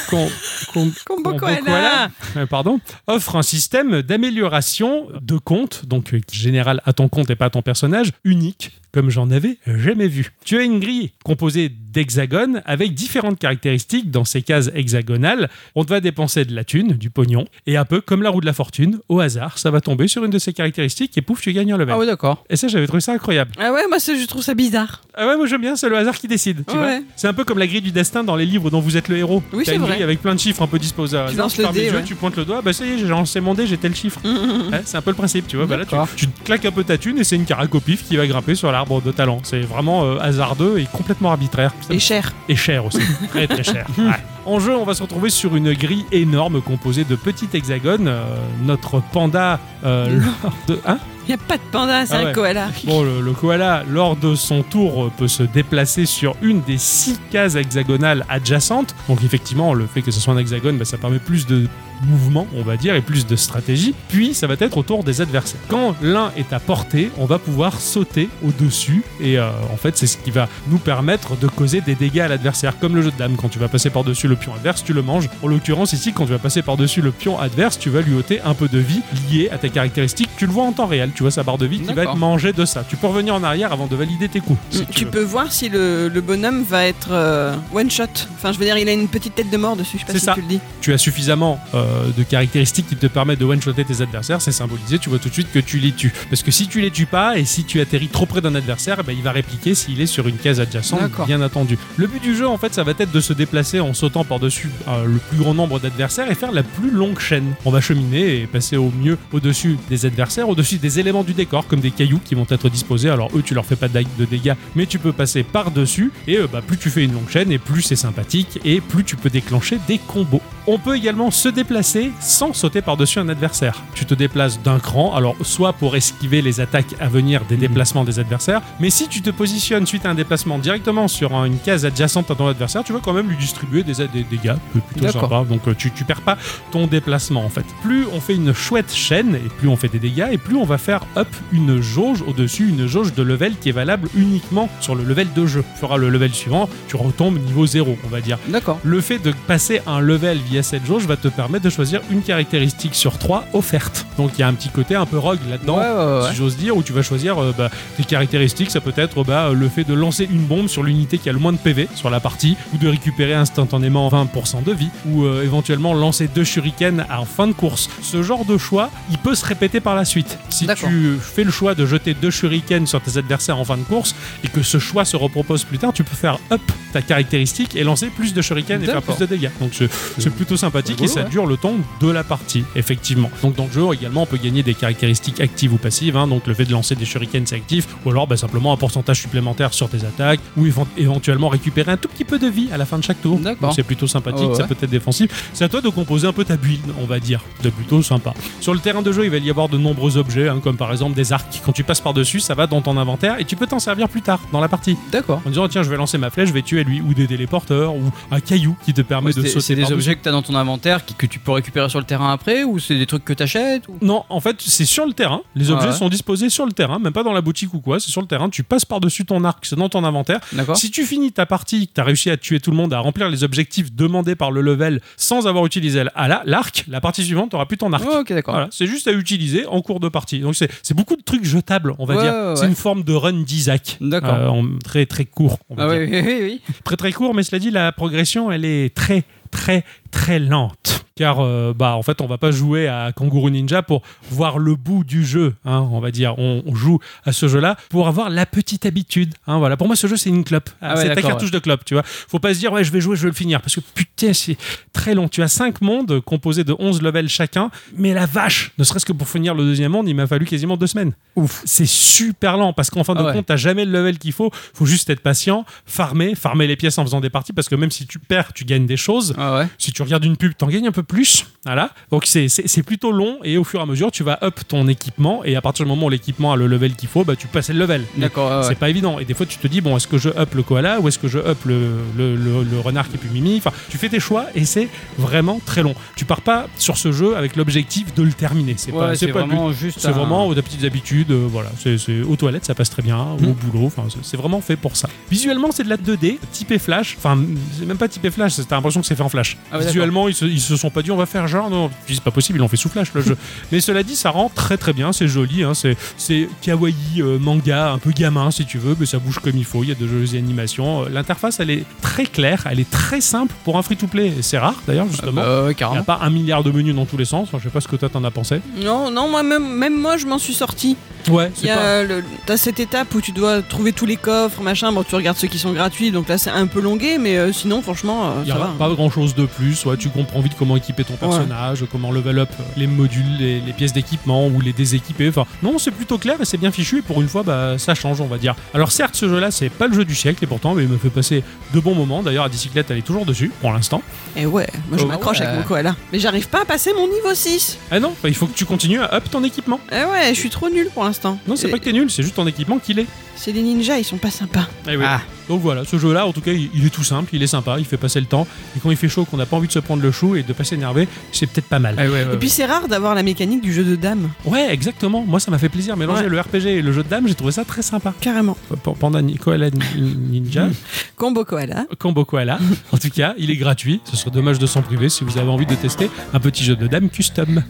com- com-
Combo
Combo
koala.
koala. euh, pardon, offre un système d'amélioration de compte, donc euh, général à ton compte et pas à ton personnage, unique, comme j'en avais jamais vu. Tu as une grille composée d'hexagones avec différentes caractéristiques dans ces cases hexagonales. On te va dépenser de la thune, du pognon, et un peu comme la roue de la fortune, au hasard, ça va tomber sur une de ces caractéristiques et pouf, tu gagnes un level.
Ah ouais, d'accord.
Et ça, j'avais trouvé ça incroyable.
Ah ouais, moi, ça, je trouve ça bizarre.
Ah ouais, moi j'aime bien, c'est le hasard qui décide. tu
Ouais.
vois. c'est un peu comme la grille du destin dans les livres dont vous êtes le héros.
Oui,
T'as
c'est
une
vrai.
grille avec plein de chiffres un peu disposés. à
Tu
hasard,
lances
tu
le
fermes les
dé,
yeux,
ouais.
Tu pointes le doigt, bah ça y est, j'ai lancé mon dé, j'ai tel chiffre.
Hum, hum, hum.
Ouais, c'est un peu le principe, tu vois. Bah là, tu,
D'accord.
tu claques un peu ta thune et c'est une caracopif qui va grimper sur l'arbre. arbre de talent. C'est vraiment euh, hasardeux et complètement arbitraire. Ça me
Et cher.
et cher aussi, très très cher. Ouais. En jeu, on va se retrouver sur une grille énorme composée de petits hexagones. Euh, notre panda, euh, lors de... hein
Il n'y a pas de panda, c'est
Ah
un
ouais.
koala.
bon, le, le koala, lors de son tour, euh, peut se déplacer sur une des six cases hexagonales adjacentes. Donc effectivement, le fait que ce soit un hexagone, bah, ça permet plus de mouvement, on va dire, et plus de stratégie. Puis, ça va être au tour des adversaires. Quand l'un est à portée, on va pouvoir sauter au-dessus. Et euh, en fait, c'est ce qui va nous permettre de causer des dégâts à l'adversaire. Comme le jeu de dames, quand tu vas passer par-dessus le pion adverse, tu le manges. En l'occurrence, ici, quand tu vas passer par-dessus le pion adverse, tu vas lui ôter un peu de vie liée à tes caractéristiques. Tu le vois en temps réel. Tu vois sa barre de vie qui va
D'accord.
être mangée de ça. Tu peux revenir en arrière avant de valider tes coups. si
Mm,
tu
tu
veux.
peux voir si le, le bonhomme va être euh, one shot. Enfin, je veux dire, il a une petite tête de mort dessus. Je sais pas
C'est
si
ça.
tu le dis.
tu as suffisamment euh, de caractéristiques qui te permettent de one-shotter tes adversaires, c'est symbolisé, tu vois tout de suite que tu les tues. Parce que si tu les tues pas et si tu atterris trop près d'un adversaire, eh ben, il va répliquer s'il est sur une case adjacente,
D'accord.
bien entendu. Le but du jeu, en fait, ça va être de se déplacer en sautant par-dessus euh, le plus grand nombre d'adversaires et faire la plus longue chaîne. On va cheminer et passer au mieux au-dessus des adversaires, au-dessus des éléments du décor, comme des cailloux qui vont être disposés. Alors eux, tu leur fais pas de de dégâts, mais tu peux passer par-dessus. Et euh, bah, plus tu fais une longue chaîne, et plus c'est sympathique, et plus tu peux déclencher des combos. On peut également se déplacer sans sauter par-dessus un adversaire. Tu te déplaces d'un cran, alors soit pour esquiver les attaques à venir des déplacements des adversaires, mais si tu te positionnes suite à un déplacement directement sur un- une case adjacente à ton adversaire, tu vas quand même lui distribuer des, des dégâts euh, plutôt
D'accord.
sympa. Donc euh, tu, tu perds pas ton déplacement en fait. Plus on fait une chouette chaîne et plus on fait des dégâts et plus on va faire up une jauge au-dessus, une jauge de level qui est valable uniquement sur le level de jeu. Tu feras le level suivant, tu retombes niveau 0 on va dire.
D'accord.
Le fait de passer un level via cette jauge va te permettre de choisir une caractéristique sur trois offerte. Donc il y a un petit côté un peu rogue là-dedans.
Ouais, ouais, ouais.
Si j'ose dire, où tu vas choisir euh, bah, tes caractéristiques, ça peut être bah, le fait de lancer une bombe sur l'unité qui a le moins de PV sur la partie, ou de récupérer instantanément 20% de vie, ou euh, éventuellement lancer deux shurikens en fin de course. Ce genre de choix, il peut se répéter par la suite. Si
D'accord.
tu fais le choix de jeter deux shurikens sur tes adversaires en fin de course, et que ce choix se repropose plus tard, tu peux faire up ta caractéristique et lancer plus de shurikens et faire
D'accord.
plus de dégâts. Donc c'est- c'est plutôt sympathique et
Rigolo,
ça
ouais.
dure le temps de la partie, effectivement. Donc dans le jeu également, on peut gagner des caractéristiques actives ou passives. hein. donc le fait de lancer des shurikens, c'est actif, ou alors bah, simplement un pourcentage supplémentaire sur tes attaques, ou évent- éventuellement récupérer un tout petit peu de vie à la fin de chaque tour.
D'accord.
Donc, C'est plutôt sympathique,
Ouais, ouais.
ça peut être défensif. C'est à toi de composer un peu ta build, on va dire. C'est plutôt sympa. Sur le terrain de jeu, il va y avoir de nombreux objets, hein, comme par exemple des arcs. Quand tu passes par-dessus, ça va dans ton inventaire et tu peux t'en servir plus tard dans la partie.
D'accord.
En disant, tiens, je vais lancer ma flèche, je vais tuer lui, ou des téléporteurs, ou un caillou qui te permet Ah, de
C'est
sauter.
c'est des
par-dessus.
objets que tu as dans ton inventaire qui- que tu peux récupérer sur le terrain après ou c'est des trucs que tu achètes
Non, en fait, c'est sur le terrain. Les
Ah
objets
ouais.
sont disposés sur le terrain, même pas dans la boutique ou quoi. C'est sur le terrain. Tu passes par-dessus ton arc, c'est dans ton inventaire.
D'accord.
Si tu finis ta partie, que tu as réussi à tuer tout le monde, à remplir les objectifs demandés par le level sans avoir utilisé l- à la- l'arc, la partie suivante, tu plus ton arc.
Ouais, ok, d'accord.
Voilà, c'est juste à utiliser en cours de partie. Donc c'est c'est beaucoup de trucs jetables, on va
Ouais,
dire.
ouais,
C'est
ouais.
une forme de run d'Isaac.
D'accord.
Euh, en- très très court, on va
Ah
dire.
oui, oui, oui, oui.
Très très court, mais cela dit, la progression, elle est très très très lente. Car euh, bah en fait on va pas jouer à Kangaroo Ninja pour voir le bout du jeu, hein, on va dire. On, on joue à ce jeu-là pour avoir la petite habitude. hein, voilà. Pour moi ce jeu c'est une clope,
Ah ouais,
c'est ta
d'accord,
cartouche de clope, tu vois. Faut pas se dire ouais je vais jouer, je vais le finir parce que putain c'est très long. Tu as cinq mondes composés de 11 levels chacun, mais la vache, ne serait-ce que pour finir le deuxième monde, il m'a fallu quasiment deux semaines. Ouf, c'est super lent parce qu'en fin de
Ah ouais.
compte t'as jamais le level qu'il faut. Faut juste être patient, farmer, farmer les pièces en faisant des parties parce que même si tu perds, tu gagnes des choses.
Ah ouais.
Si tu regardes une pub, t'en gagnes un peu plus. Voilà. Donc c'est- c'est c'est plutôt long et au fur et à mesure, tu vas up ton équipement et à partir du moment où l'équipement a le level qu'il faut, bah, tu passes le level. Mais
D'accord. ouais, ouais.
C'est pas évident. Et des fois, tu te dis, bon, est-ce que je up le koala ou est-ce que je up le, le- le- le renard qui pue mimi Enfin, tu fais tes choix et c'est vraiment très long. Tu pars pas sur ce jeu avec l'objectif de le terminer. C'est
Ouais,
pas, c'est
c'est
pas le but.
vraiment juste.
C'est
un-
vraiment aux petites habitudes, euh, voilà. C'est c'est- aux toilettes, ça passe très bien,
Mm.
au boulot, enfin, c'est- c'est vraiment fait pour ça. Visuellement, c'est de la 2D, typé flash. Enfin, c'est même pas typé flash, c'est- t'as l'impression que c'est fait en flash.
Ah ouais,
Visuellement, ils se, ils se sont pas dit on va faire genre, non, puis c'est pas possible, ils l'ont fait sous flash le jeu. Mais cela dit, ça rend très très bien, c'est joli, hein, c'est c'est kawaii, euh, manga, un peu gamin si tu veux, mais ça bouge comme il faut, il y a de jolies animations. Euh, L'interface, elle est très claire, elle est très simple pour un free-to-play, et c'est rare d'ailleurs,
Ah
justement.
bah ouais,
Il n'y a
carrément.
pas un milliard de menus dans tous les sens, Enfin, je sais pas ce que toi t'en as pensé.
Non, non, moi même, même moi je m'en suis sorti.
Ouais,
Il
c'est
y a,
pas.
euh, le- T'as cette étape où tu dois trouver tous les coffres, machin. Bon, tu regardes ceux qui sont gratuits, donc là c'est un peu longué, mais euh, sinon, franchement, euh,
Il n'y
ça
a
va.
pas grand chose de plus, ouais, tu comprends vite comment équiper ton personnage, comment level up euh, les modules, les, les pièces d'équipement ou les déséquiper. Enfin, non, c'est plutôt clair et c'est bien fichu et pour une fois, bah, ça change, on va dire. Alors certes, ce jeu-là, c'est pas le jeu du siècle et pourtant, mais il me fait passer de bons moments. D'ailleurs, la bicyclette, elle est toujours dessus pour l'instant.
Et Eh ouais, moi je
Oh,
m'accroche
ouais.
avec mon koala. Mais j'arrive pas à passer mon niveau 6.
Ah non, bah, il faut que tu continues à up ton équipement.
Eh ouais, je suis trop nul pour l'instant.
Non, c'est
Et-
pas que t'es nul, c'est juste ton équipement qu'il est.
C'est des ninjas, ils sont pas sympas.
Eh oui.
Ah.
Donc voilà, ce jeu-là, en tout cas, il il est tout simple, il est sympa, il fait passer le temps. Et quand il fait chaud, qu'on n'a pas envie de se prendre le chou et de pas s'énerver, c'est peut-être pas mal.
Ah, ouais, ouais, ouais.
Et puis c'est rare d'avoir la mécanique du jeu de dames,
Ouais, exactement. Moi, ça m'a fait plaisir. Mélanger
Ouais.
le RPG et le jeu de dames, j'ai trouvé ça très sympa.
carrément. Mm.
P- Panda Ni- Koala Ni- Ninja,
Combo koala.
Combo Koala. En tout cas, il est gratuit. Ce serait dommage de s'en priver si vous avez envie de tester un petit jeu de dames custom.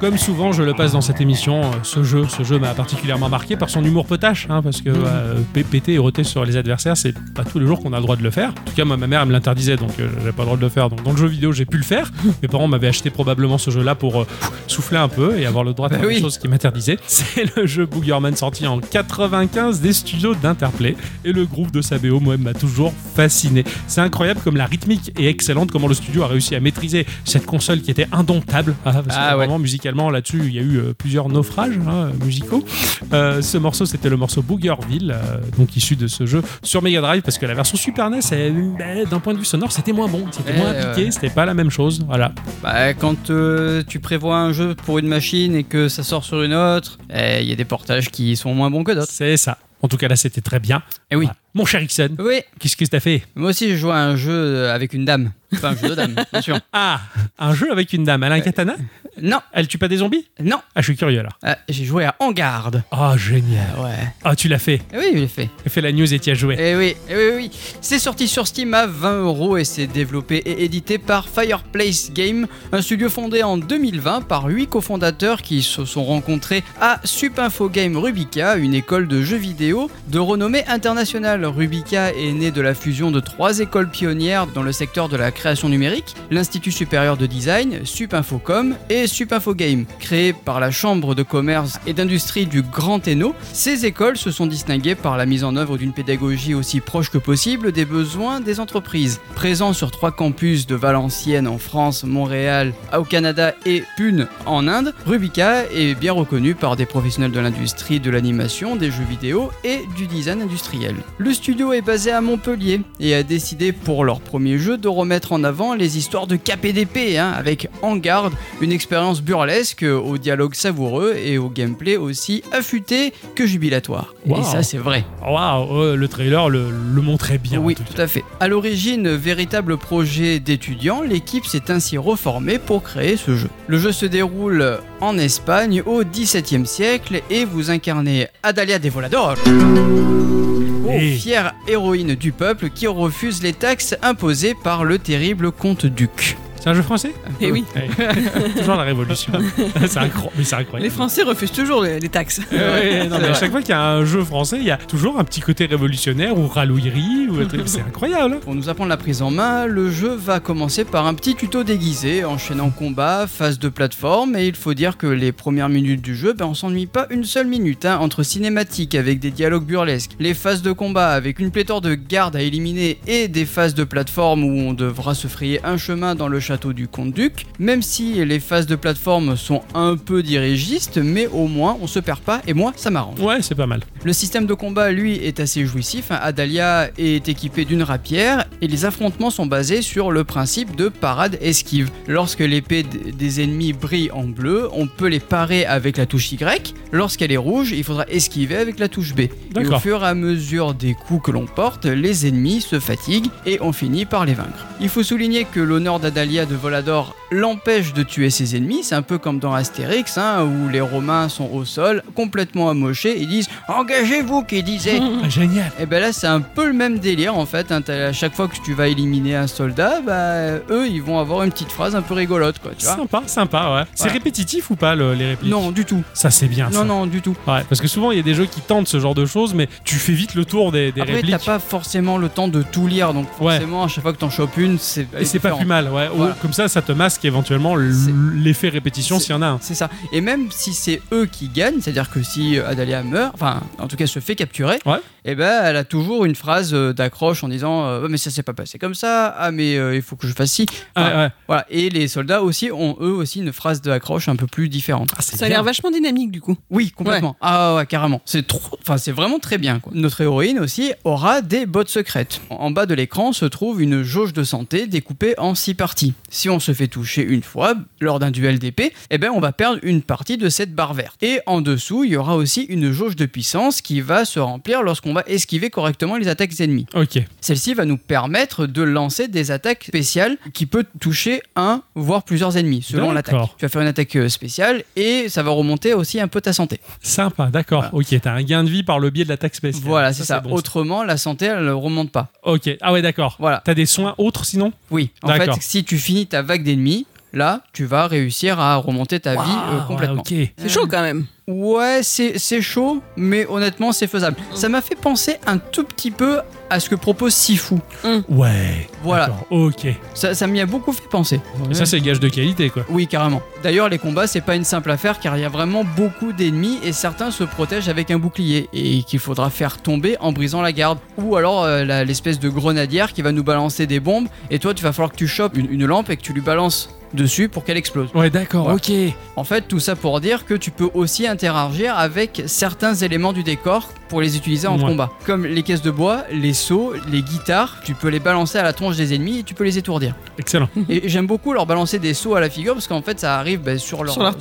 Comme souvent, je le passe dans cette émission, euh, ce jeu, ce jeu m'a particulièrement marqué par son humour potache, hein, parce que
Mm.
euh, pé- péter et roter sur les adversaires, c'est pas tous les jours qu'on a le droit de le faire. En tout cas, moi, ma mère elle me l'interdisait, donc euh, j'avais pas le droit de le faire. Donc dans le jeu vidéo, j'ai pu le faire. Mes parents m'avaient acheté probablement ce jeu-là pour euh, souffler un peu et avoir le droit de
Bah
faire des
oui.
choses qui m'interdisaient. C'est le jeu Boogerman sorti en 95 des studios d'Interplay et le groupe de Sabéo, moi, m'a toujours fasciné. C'est incroyable comme la rythmique est excellente, comment le studio a réussi à maîtriser cette console qui était indomptable. Ah, parce que
Ah ouais.
vraiment, musicalement, là-dessus, il y a eu euh, plusieurs naufrages hein, musicaux. Euh, ce morceau, c'était le morceau Boogerville, euh, donc issu de ce jeu sur Mega Drive, parce que la version Super NES, elle, ben, d'un point de vue sonore, c'était moins bon, c'était
Eh,
moins appliqué,
ouais.
c'était pas la même chose. Voilà.
Bah, quand euh, tu prévois un jeu pour une machine et que ça sort sur une autre, eh, il y a des portages qui sont moins bons que d'autres.
C'est ça. En tout cas, là, c'était très bien.
Eh oui.
Voilà. Mon cher Ixon,
Oui,
qu'est-ce que t'as fait
moi aussi j'ai joué à un jeu avec une dame. Enfin, un jeu de dame, bien sûr.
Ah, un jeu avec une dame. Elle a un katana
Non,
Elle tue pas des zombies
non,
Ah, je suis curieux alors.
Ah, j'ai joué à Hangarde.
Ah, génial.
Ouais.
Ah, tu l'as fait.
Eh oui, il est fait.
Fais la news et t'y as joué.
Eh oui, eh oui, oui. C'est sorti sur Steam à 20 euros et c'est développé et édité par Fireplace Game, un studio fondé en 2020 par 8 cofondateurs qui se sont rencontrés à Supinfo Game Rubica, une école de jeux vidéo de renommée internationale. Rubica est né de la fusion de trois écoles pionnières dans le secteur de la création numérique, l'Institut supérieur de design, Supinfocom et des Supafo Games. Créées par la Chambre de commerce et d'industrie du Grand Hainaut, ces écoles se sont distinguées par la mise en œuvre d'une pédagogie aussi proche que possible des besoins des entreprises. Présents sur trois campus de Valenciennes en France, Montréal, au Canada et Pune en Inde, Rubica est bien reconnu par des professionnels de l'industrie de l'animation, des jeux vidéo et du design industriel. Le studio est basé à Montpellier et a décidé pour leur premier jeu de remettre en avant les histoires de KPDP hein, avec En Garde, une expérience burlesque au dialogue savoureux et au gameplay aussi affûté que jubilatoire.
Wow.
Et ça c'est vrai.
Waouh, euh, le trailer le, le montrait bien. en
Oui,
tout cas.
tout à fait. À l'origine, véritable projet d'étudiants, l'équipe s'est ainsi reformée pour créer ce jeu. Le jeu se déroule en Espagne au XVIIe siècle et vous incarnez Adalia de Volador,
Et-
fière héroïne du peuple qui refuse les taxes imposées par le terrible comte duc.
C'est un jeu français
Eh oui.
Ah, Ouais. Toujours la révolution. c'est incro- mais c'est incroyable.
Les Français refusent toujours les, les taxes.
Euh, ouais, non,
C'est
mais à
vrai.
chaque fois qu'il y a un jeu français, il y a toujours un petit côté révolutionnaire ou ralouillerie. Ou... un truc- C'est incroyable.
Pour nous apprendre la prise en main, le jeu va commencer par un petit tuto déguisé, enchaînant combat, phase de plateforme, et il faut dire que les premières minutes du jeu, ben, on s'ennuie pas une seule minute, hein, entre cinématiques avec des dialogues burlesques, les phases de combat avec une pléthore de gardes à éliminer et des phases de plateforme où on devra se frayer un chemin dans le château du comte-duc, même si les phases de plateforme sont un peu dirigistes, mais au moins on se perd pas, et moi ça m'arrange.
hein. Ouais, c'est pas mal.
Le système de combat, lui, est assez jouissif. hein. Adalia est équipée d'une rapière et les affrontements sont basés sur le principe de parade esquive. Lorsque l'épée d- des ennemis brille en bleu, on peut les parer avec la touche Y. Lorsqu'elle est rouge, il faudra esquiver avec la touche B. Et au
D'accord.
fur et à mesure des coups que l'on porte, les ennemis se fatiguent et on finit par les vaincre. Il faut souligner que l'honneur d'Adalia de Volador l'empêche de tuer ses ennemis, c'est un peu comme dans Astérix, hein, où les Romains sont au sol, complètement amochés, et disent « Engagez-vous » qui disait
Ah, génial.
Et ben là, c'est un peu le même délire en fait. hein. T'as- À chaque fois que tu vas éliminer un soldat, bah, eux, ils vont avoir une petite phrase un peu rigolote, quoi. Tu vois
Sympa, sympa, ouais. C'est
Voilà.
répétitif ou pas le- les répliques
Non, du tout.
Ça, c'est bien.
Non,
ça.
non, du tout.
Ouais, parce que souvent, il y a des jeux qui tentent ce genre de choses, mais tu fais vite le tour des, des
Après, t'as
répliques.
pas forcément le temps de tout lire, donc
Ouais.
forcément, à chaque fois que t'en chopes une, c'est
Et c'est pas
différent.
plus mal, ouais. Ou
Voilà.
Comme ça, ça te masque éventuellement l-
C'est-
l'effet répétition
c'est-
s'il y en a un.
C'est ça. Et même si c'est eux qui gagnent, c'est-à-dire que si euh, Adalia meurt, enfin, en tout cas se fait capturer,
Ouais.
eh ben, elle a toujours une phrase euh, d'accroche en disant euh, Ouais, mais ça s'est pas passé comme ça, ah, mais euh, il faut que je fasse ci.
Ah,
Enfin,
ouais.
Voilà. Et les soldats aussi ont eux aussi une phrase d'accroche un peu plus différente.
Ah, c'est
Ça a l'air
bien.
vachement dynamique du coup.
Oui, complètement. Ah ouais, carrément. C'est trop. Enfin, c'est vraiment très bien. Quoi. Notre héroïne aussi aura des bottes secrètes. En- En bas de l'écran se trouve une jauge de santé découpée en six parties. Si on se fait toucher une fois lors d'un duel d'épée, eh ben on va perdre une partie de cette barre verte. Et en dessous, il y aura aussi une jauge de puissance qui va se remplir lorsqu'on va esquiver correctement les attaques ennemies.
Ok.
Celle-ci va nous permettre de lancer des attaques spéciales qui peut toucher un voire plusieurs ennemis selon l'attaque.
D'accord.
Tu vas faire une attaque euh, spéciale et ça va remonter aussi un peu ta santé.
Sympa, d'accord. Ok, t'as un gain de vie par le biais de l'attaque spéciale.
Voilà, c'est ça.
bon,
Autrement, la santé, elle ne remonte pas.
Ok. Ah ouais, d'accord.
Voilà.
T'as des soins autres sinon
Oui. En fait,
D'accord.
si tu finis ta vague d'ennemis, là, tu vas réussir à remonter ta vie euh,
Ah,
complètement.
ouais, ok.
C'est chaud quand même.
Ouais, c'est c'est chaud, mais honnêtement, c'est faisable.
Mm.
Ça m'a fait penser un tout petit peu à ce que propose Sifu.
Ouais.
Voilà.
d'accord, Ok.
Ça, ça m'y a beaucoup fait penser.
Et ça, c'est gage de qualité, quoi.
Oui, carrément. D'ailleurs, les combats, c'est pas une simple affaire car il y a vraiment beaucoup d'ennemis et certains se protègent avec un bouclier et qu'il faudra faire tomber en brisant la garde. Ou alors euh, la- l'espèce de grenadière qui va nous balancer des bombes et toi, tu vas falloir que tu chopes une, une lampe et que tu lui balances dessus pour qu'elle explose.
Ouais, d'accord.
Voilà.
Ok.
En fait, tout ça pour dire que tu peux aussi interagir avec certains éléments du décor pour les utiliser en
Ouais.
combat. Comme les caisses de bois, les seaux, les guitares, tu peux les balancer à la tronche des ennemis et tu peux les étourdir.
Excellent.
Et j'aime beaucoup leur balancer des sauts à la figure parce qu'en fait ça arrive bah, sur, leur,
Sur leur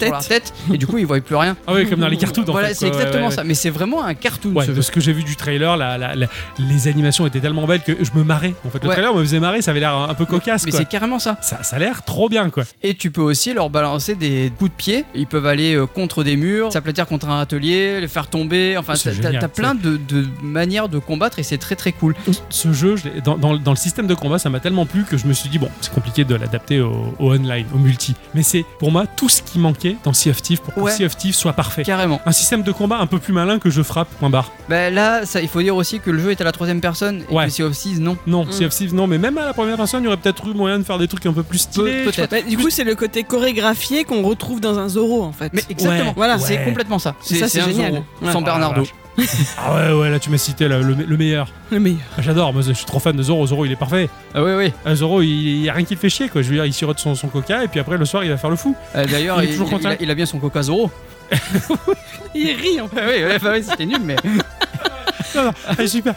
et du coup ils voient plus rien.
Ah oui, comme dans les cartoons. en
voilà,
fait,
c'est
quoi, ouais,
exactement
ouais,
ça. Mais c'est vraiment un cartoon
Ouais,
ce
de
jeu.
ce que j'ai vu du trailer, la- la- la- les animations étaient tellement belles que je me marrais. En fait, le
Ouais.
trailer me faisait marrer, ça avait l'air un un peu cocasse.
Mais
quoi.
c'est carrément ça.
Ça, ça a l'air trop bien, quoi.
Et tu peux aussi leur balancer des coups de pied. Ils peuvent aller euh, contre des murs, s'aplatir contre un atelier, les faire tomber. Enfin,
Oh, C'est
t'as- t'as
génial,
t'as plein de, de manières de combattre et c'est très très cool.
ce jeu, je l'ai- dans, dans- dans le système de combat, ça m'a tellement plu que je me suis dit, bon, c'est compliqué de l'adapter au, au online, au multi. Mais c'est pour moi tout ce qui manquait dans Sea of Thieves pour que
Ouais.
Sea of Thieves soit parfait.
Carrément.
Un système de combat un peu plus malin que je frappe, point barre.
Bah là, ça, il faut dire aussi que le jeu est à la troisième personne et
Ouais.
que Sea of Thieves, non.
Non,
Mm.
Sea of Thieves, non, mais même à la première personne, il y aurait peut-être eu moyen de faire des trucs un peu plus stylés.
Peut- Peut-être.
Bah, du coup, c'est le côté chorégraphié qu'on retrouve dans un Zoro en fait.
Mais exactement,
Ouais.
voilà,
Ouais.
c'est complètement ça.
Ça, c'est
un
génial.
Zorro,
Ouais.
Sans
Oh la
Bernardo.
vache. Ah ouais, ouais, là tu m'as cité là, le, le meilleur.
Le meilleur.
Ah, J'adore, moi je suis trop fan de Zoro. Zoro il est parfait.
Ah oui, oui.
Ah, Zoro, il n'y a rien qui le fait chier quoi. Je veux dire, il sirote son, son coca et puis après le soir il va faire le fou.
Euh, D'ailleurs,
Il est
il,
toujours
il-
content.
il a- il a bien son Coca Zoro.
Il rit en
Ah oui, ouais, bah oui, c'était nul, mais.
Ah, super.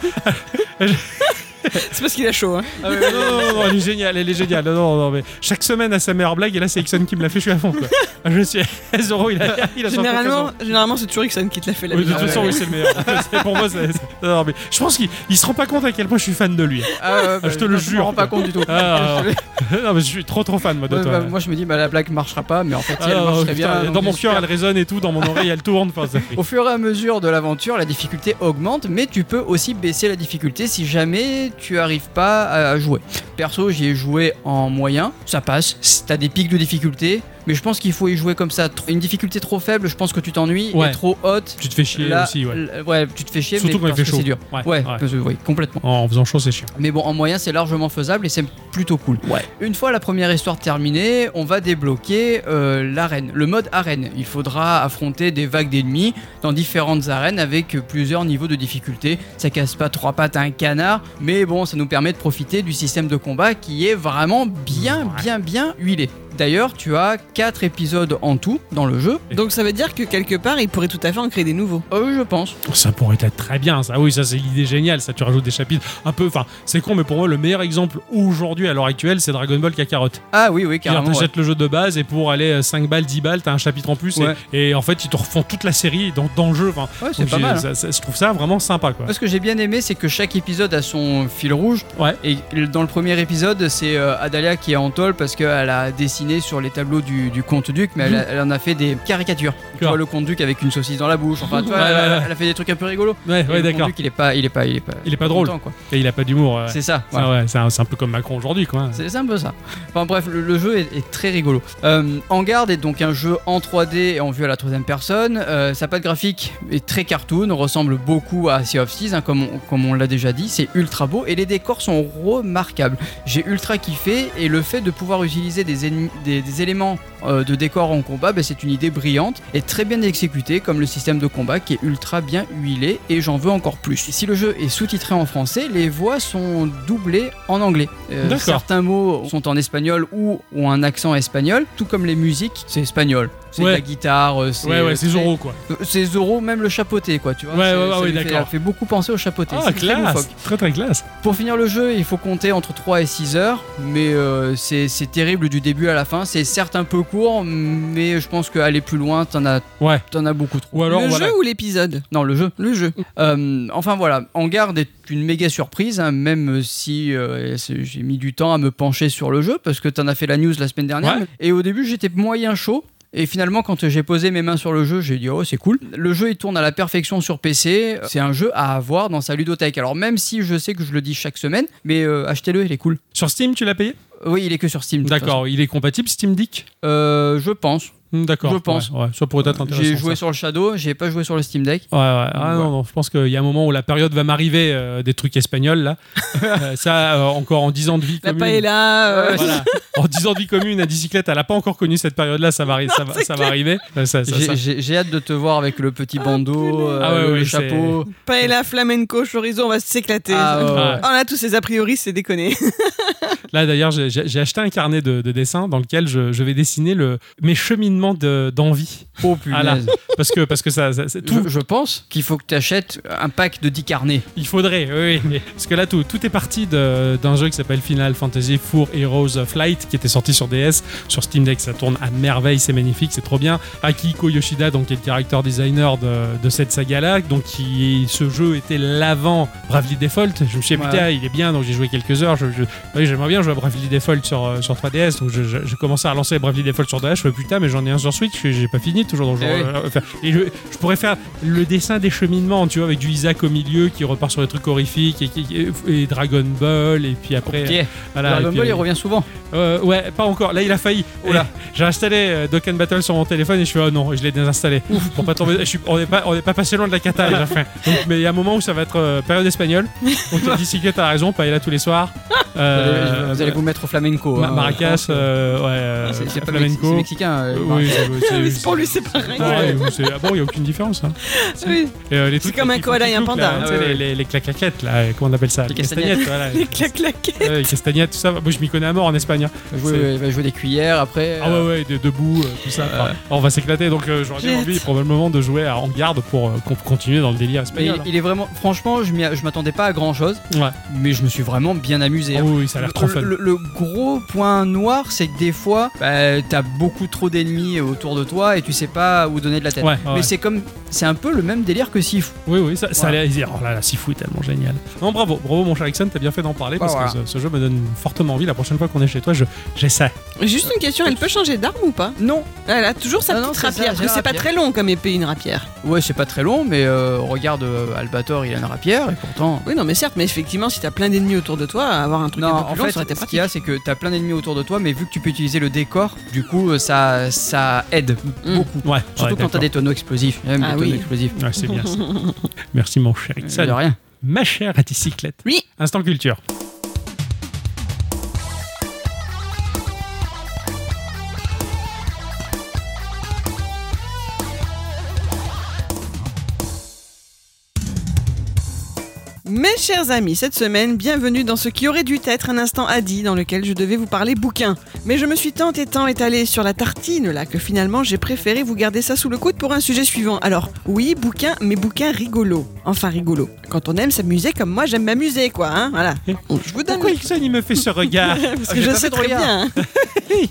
fait. C'est parce qu'il a chaud. Hein.
Ah ouais, non, non, non, non, elle est géniale, elle est géniale. Non, non, non, mais chaque semaine à sa meilleure blague et là c'est Ixon qui me l'a fait, je suis à fond quoi. Ah, Je suis. Zoro, il a, il a son coca Zoro.
Généralement, généralement c'est toujours Ixon qui te l'a fait la
Oui, de
vidéo.
toute façon, oui, c'est le meilleur. C'est- pour moi, c'est- c'est- non, mais je pense qu'il il se rend pas compte à quel point je suis fan de lui.
Ah, ouais, bah,
je te le
Je me
jure,
rends pas
quoi.
compte du tout.
Ah,
Je-
non, mais je suis trop trop fan moi de
Ouais,
toi.
bah, moi, je me dis, bah, la blague marchera pas, mais en fait,
Ah,
elle
non, putain,
marcherait bien.
dans
donc
mon
j'espère.
cœur, elle résonne et tout, dans mon oreille, elle tourne. Enfin, ça fait-
Au fur et à mesure de l'aventure, la difficulté augmente, mais tu peux aussi baisser la difficulté si jamais tu arrives pas à- à jouer. Perso, j'y ai joué en moyen, ça passe. Si T'as des pics de difficulté, mais je pense qu'il faut y jouer comme ça. Tr- Une difficulté trop faible, je pense que tu t'ennuies,
Ouais.
et trop haute.
Tu te fais chier
là-
aussi, ouais.
l- ouais, tu te fais chier,
Surtout
mais
quand il
parce
fait
que
chaud.
c'est dur.
Ouais,
Ouais,
ouais.
parce que- oui, complètement.
En faisant chaud, c'est chiant.
Mais bon, en moyen, c'est largement faisable et c'est plutôt cool.
Ouais.
Une fois la première histoire terminée, on va débloquer euh, l'arène, le mode arène. Il faudra affronter des vagues d'ennemis dans différentes arènes avec plusieurs niveaux de difficulté. Ça casse pas trois pattes à un canard, mais bon, ça nous permet de profiter du système de combat qui est vraiment bien,
Ouais.
bien, bien huilé. D'ailleurs, tu as quatre épisodes en tout dans le jeu.
Donc ça veut dire que quelque part, il pourrait tout à fait en créer des nouveaux.
Euh, je pense.
Oh, Ça pourrait être très bien, ça. Ah Oui, ça, c'est l'idée géniale. Ça, tu rajoutes des chapitres un peu. Enfin, c'est con, mais pour moi, le meilleur exemple aujourd'hui, à l'heure actuelle, c'est Dragon Ball Kakarot.
Ah oui, oui,
Car
carrément. ouais.
t'achètes le jeu de base et pour aller euh, 5 balles, 10 balles, t'as un chapitre en plus. et-
Ouais.
Et, en fait, ils te refont toute la série dans, dans le jeu. Enfin,
Ouais, c'est
donc
pas
j'ai-
mal. hein.
ça- ça- je trouve ça vraiment sympa, quoi.
Moi, Ce que j'ai bien aimé, c'est que chaque épisode a son fil rouge.
Ouais.
Et dans le premier épisode, c'est euh, Adalia qui est en tôle parce qu'elle a dessiné sur les tableaux du, du comte-duc, mais elle, a- elle en a fait des caricatures. Tu
D'accord.
vois le comte-duc avec une saucisse dans la bouche. Enfin, tu vois,
Ouais,
elle,
ouais, ouais.
elle a fait des trucs un peu rigolos.
Ouais,
Et
ouais,
le
d'accord.
comte-duc, il est pas, il est pas, il est pas.
Il est pas drôle.
content, quoi.
Et il a pas d'humour. ouais.
C'est ça.
Ça,
voilà.
ouais, c'est un, c'est un peu comme Macron aujourd'hui, quoi.
Hein. C'est c'est un peu ça. Enfin bref, le, le jeu est, est très rigolo. Euh, En garde est donc un jeu en 3D et en vue à la troisième personne. Euh, sa patte graphique est très cartoon, ressemble beaucoup à Sea of Thieves, hein, comme on, comme on l'a déjà dit. C'est ultra beau et les décors sont remarquables. J'ai ultra kiffé et le fait de pouvoir utiliser des, ennemis- des- des éléments euh, de décor en combat, bah, c'est une idée brillante et très bien exécutée, comme le système de combat qui est ultra bien huilé et j'en veux encore plus. Si le jeu est sous-titré en français, les voix sont doublées en anglais. Euh,
D'accord.
certains mots sont en espagnol ou ont un accent espagnol, tout comme les musiques, c'est espagnol. C'est de
Ouais.
la guitare, euh, c'est.
Ouais, ouais, c'est
très-
Zoro, quoi.
euh, C'est Zorro, même le chapeauté, quoi, tu vois.
Ouais,
C'est-
ouais, ouais,
ça
oui,
lui fait-
d'accord.
fait beaucoup penser au chapeauté.
Ah,
c'est très
classe.
loufoque.
Très, très classe.
Pour finir le jeu, il faut compter entre 3 et 6 heures, mais euh, c'est c'est terrible du début à la fin. C'est certes un peu court, mais je pense qu'aller plus loin, t'en as,
Ouais.
t'en as beaucoup trop.
Ou alors,
le
voilà.
jeu ou l'épisode
Non, le jeu.
Le jeu.
Euh, enfin voilà, En garde est une méga surprise, hein, même si euh, c'est- j'ai mis du temps à me pencher sur le jeu, parce que t'en as fait la news la semaine dernière.
Ouais.
Et au début, j'étais moyen chaud. Et finalement, quand j'ai posé mes mains sur le jeu, j'ai dit oh c'est cool. Le jeu il tourne à la perfection sur PC. C'est un jeu à avoir dans sa ludothèque. Alors même si je sais que je le dis chaque semaine, mais euh, achetez-le, il est cool.
Sur Steam, tu l'as payé
Oui, il est que sur Steam. de toute façon.
D'accord. Il est compatible Steam Deck
Euh, je pense.
Hmm, D'accord.
Je pense. Euh,
Ouais, ouais, Ça pourrait être intéressant.
J'ai joué
ça.
sur le Shadow, j'ai pas joué sur le Steam Deck.
Ouais, ouais. Ah,
Ouais.
Non, non, je pense qu'il y a un moment où la période va m'arriver euh, des trucs espagnols, là. Euh, ça, euh, encore en 10 ans de vie
La
commune.
paella. euh,
Voilà. En 10 ans de vie commune, à bicyclette, elle n'a pas encore connu cette période-là, ça va, arri- ça va, ça va arriver. Euh, ça- ça- ça-
J'ai- J'ai j'ai hâte de te voir avec le petit bandeau, euh,
Ah ouais,
le, le
oui, c'est-
chapeau.
Paella, flamenco, chorizo, on va s'éclater.
Ah, ouais, ouais.
Oh là, tous ces a priori, c'est déconné.
Là, d'ailleurs, j'ai- j'ai j'ai acheté un carnet de, de dessin dans lequel je, je vais dessiner le, mes cheminements de- d'envie.
Oh
Ah là.
punaise.
parce que, parce que ça, ça- c'est tout,
Je, je pense qu'il faut que tu achètes un pack de 10 carnets.
Il faudrait, oui, oui. Parce que là, tout, tout est parti de- d'un jeu qui s'appelle Final Fantasy IV Heroes Flight, qui était sorti sur DS, sur Steam Deck. Ça tourne à merveille, c'est magnifique, c'est trop bien. Akihiko Yoshida, donc, qui est le character designer de, de cette saga-là, donc qui- ce jeu était l'avant Bravely Default. Je me suis dit,
Ouais.
putain, il est bien, donc j'ai joué quelques heures. Je- je- oui, J'aimerais bien jouer à Bravely Default sur, euh, sur 3DS, donc je, je- je commençais à lancer Bravely Default sur 3DS. Je me suis dit, putain, mais j'en ai un expérience sur Switch que j'ai pas fini toujours. Donc je,
Eh oui.
euh, enfin, et je, je pourrais faire le dessin des cheminements, tu vois, avec du Isaac au milieu qui repart sur des trucs horrifiques et, qui- et Dragon Ball et puis après. euh,
Ok.
voilà, et
Dragon
puis-
Ball, Oh il revient souvent.
euh, ouais, pas encore. Là, il a failli.
Oula.
Eh, J'ai installé euh, Dokkan Battle sur mon téléphone et je suis oh non, et je l'ai désinstallé. Pour pas tomber. je suis- on n'est pas, on n'est pas passé loin de la cata. déjà, enfin. Donc, mais il y a un moment où ça va être euh, période espagnole. On te dit si que t'as raison, pas là tous les soirs. Euh,
vous allez vous mettre au flamenco.
Ma-
hein,
Maracas,
euh,
euh, ouais, euh,
c'est c'est pas mexi- c'est
flamenco.
mexicain. euh,
Oui, c'est- c'est-
Oui, pour lui, c'est pareil.
Ouais, ou c'est- ah bon, il n'y a aucune différence. hein.
Oui.
Et, euh, les
C'est
trucs
comme un
qui-
koala et un
qui clouent,
panda.
là, tu sais,
Ouais,
les,
ouais.
les, les claquettes, là, euh, comment on appelle ça
Les castagnettes.
voilà.
Les clac-claquettes.
Ouais, les castagnettes, tout ça. Moi, je m'y connais à mort en Espagne. hein.
Jouer,
C'est-
ouais, il va jouer des cuillères après.
Ah ouais,
euh,
ouais, de- debout, euh, tout ça. Enfin, on va s'éclater, donc euh, j'aurais bien
J'ai
envie
hâte.
probablement de jouer à En Garde pour euh, qu'on continuer dans le délire
mais
espagnol. hein.
il, il est vraiment. Franchement, je m'y- je m'attendais pas à grand chose,
Ouais.
mais je me suis vraiment bien amusé. hein.
Ah oui, oui, ça a l'air trop
le,
fun.
le- le gros point noir, c'est que des fois, bah, t'as beaucoup trop d'ennemis autour de toi et tu sais pas où donner de la tête.
Ouais, ouais, ouais.
Mais c'est comme, c'est un peu le même délire que Sifu.
Oui, oui, ça, ça
Voilà.
a l'air. Oh là là, si fou, est tellement génial. Non, bravo, bravo, mon cher Ixon, t'as bien fait d'en parler
Bah,
parce que
voilà.
ce, ce jeu me donne fortement envie. La prochaine fois qu'on est chez toi, je- j'essaie.
Juste une question, elle peut changer d'arme ou pas
Non.
Elle a toujours sa
Ah non, c'est
petite
ça,
rapière.
j'ai
parce que
la
c'est pas
rapière.
très long comme épée, une rapière.
Ouais, c'est pas très long, mais euh, regarde euh, Albator, il a une rapière et pourtant.
Oui, non, mais certes, mais effectivement, si t'as plein d'ennemis autour de toi, avoir un truc
Non,
un peu plus
en
long,
fait,
ça aurait été
ce qu'il
pratique.
y a, c'est que t'as plein d'ennemis autour de toi, mais vu que tu peux utiliser le décor, du coup, euh, ça, ça aide
Mm.
beaucoup.
Ouais,
Surtout
ouais,
quand t'as des tonneaux explosifs. J'aime
Ah
les
oui.
tonneaux explosifs.
d'accord. Ouais, c'est bien ça. Merci, mon cher
Euh, de
Ixon.
rien.
Ma chère Raticyclette.
Oui.
Instant culture.
Mes chers amis, cette semaine, bienvenue dans ce qui aurait dû être un instant Adi dans lequel je devais vous parler bouquin. Mais je me suis tant et tant étalée sur la tartine là que finalement j'ai préféré vous garder ça sous le coude pour un sujet suivant. Alors, oui, bouquin, mais bouquin rigolo. Enfin rigolo. Quand on aime s'amuser comme moi, j'aime m'amuser quoi, hein, voilà. Bon, je vous donne
Pourquoi Ixon, il me fait ce regard
parce que
Ah, j'ai
je
pas
sais
fait de
très
regard.
bien. hein.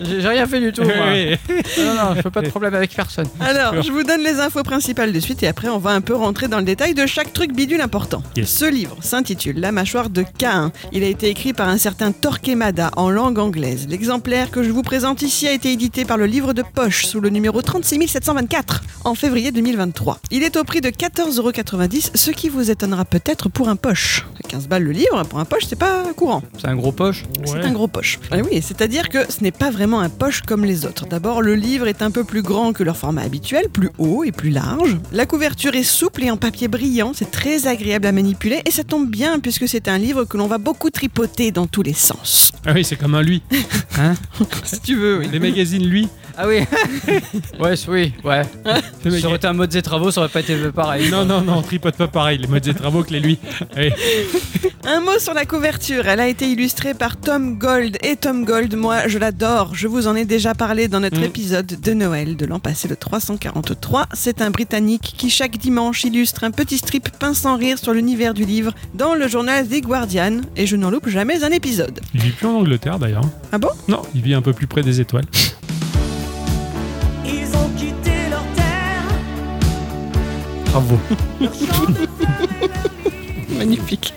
J'ai j'ai rien fait du tout.
Oui,
moi.
oui.
Non, non, je fais pas de problème avec personne.
Alors, je vous donne les infos principales de suite et après on va un peu rentrer dans le détail de chaque truc bidule important.
Yes.
Ce livre s'intitule La mâchoire de Cain. Il a été écrit par un certain Torquemada en langue anglaise. L'exemplaire que je vous présente ici a été édité par le livre de poche sous le numéro 36724 en février 2023. Il est au prix de 14,90€, ce qui vous étonnera peut-être pour un poche. 15 balles le livre, pour un poche, c'est pas courant.
C'est un gros poche.
Ouais.
C'est un gros poche. Ah oui, c'est-à-dire que ce n'est pas vraiment un poche comme les autres. D'abord, le livre est un peu plus grand que leur format habituel, plus haut et plus large. La couverture est souple et en papier brillant, c'est très agréable à manipuler et ça tombe bien puisque c'est un livre que l'on va beaucoup tripoter dans tous les sens.
Ah oui, c'est comme un lui.
Si tu veux,
Les magazines, lui.
Ah oui Ouais, c'est- oui, ouais.
Les
Ça aurait
magazines-
été un mode des travaux, ça aurait pas été pareil.
Non, non, non, on tripote pas pareil. Les modes et travaux que les lui. Oui.
Un mot sur la couverture. Elle a été illustrée par Tom Gold. Et Tom Gold, moi, je l'adore. Je vous en ai déjà parlé dans notre
Mm.
épisode de Noël de l'an passé, le 343. C'est un Britannique qui, chaque dimanche, illustre un petit strip peint sans rire sur l'univers du livre dans le journal The Guardian. Et je n'en loupe jamais un épisode.
Il vit plus en Angleterre d'ailleurs.
Ah bon
Non, il vit un peu plus près des étoiles.
Ils ont quitté leur terre,
Bravo.
Magnifique.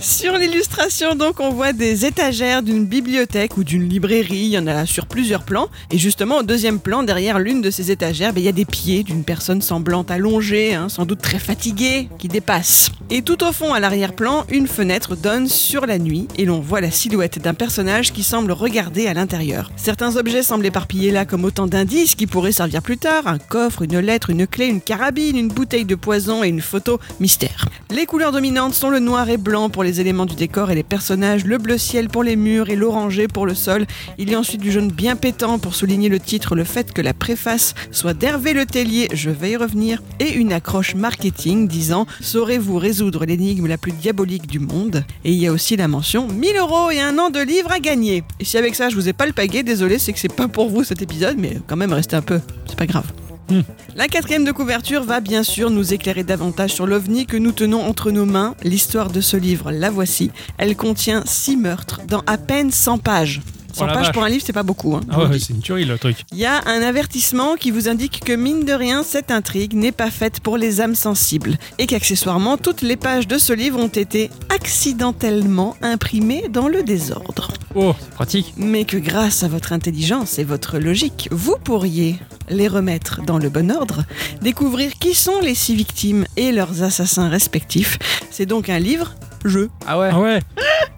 Sur l'illustration, donc, on voit des étagères d'une bibliothèque ou d'une librairie. Il y en a sur plusieurs plans. Et justement, au deuxième plan, derrière l'une de ces étagères, ben, il y a des pieds d'une personne semblante allongée, hein, sans doute très fatiguée, qui dépasse. Et tout au fond, à l'arrière-plan, une fenêtre donne sur la nuit et l'on voit la silhouette d'un personnage qui semble regarder à l'intérieur. Certains objets semblent éparpillés là comme autant d'indices qui pourraient servir plus tard. Un coffre, une lettre, une clé, une carabine, une bouteille de poison et une photo mystère. Les couleurs dominantes sont le noir et blanc pour les éléments du décor et les personnages, le bleu ciel pour les murs et l'orangé pour le sol. Il y a ensuite du jaune bien pétant pour souligner le titre, le fait que la préface soit d'Hervé Le Tellier, je vais y revenir, et une accroche marketing disant Saurez-vous résoudre l'énigme la plus diabolique du monde Et il y a aussi la mention 1000 euros et un an de livres à gagner. Et si avec ça je vous ai pas le pagué, désolé, c'est que c'est pas pour vous cet épisode, mais quand même restez un peu, c'est pas grave.
Hmm.
La quatrième de couverture va bien sûr nous éclairer davantage sur l'OVNI que nous tenons entre nos mains. L'histoire de ce livre, la voici. Elle contient six meurtres dans à peine 100 pages.
Oh
100
la
pages
vache.
pour un livre, c'est pas beaucoup. hein, je
Ah
vous le
ouais,
dis.
c'est une tuerie le truc.
Il y a un avertissement qui vous indique que, mine de rien, cette intrigue n'est pas faite pour les âmes sensibles. Et qu'accessoirement, toutes les pages de ce livre ont été accidentellement imprimées dans le désordre.
Oh,
Pratique.
Mais que grâce à votre intelligence et votre logique, vous pourriez les remettre dans le bon ordre, découvrir qui sont les six victimes et leurs assassins respectifs. C'est donc un livre. Jeu.
Ah ouais.
ah ouais.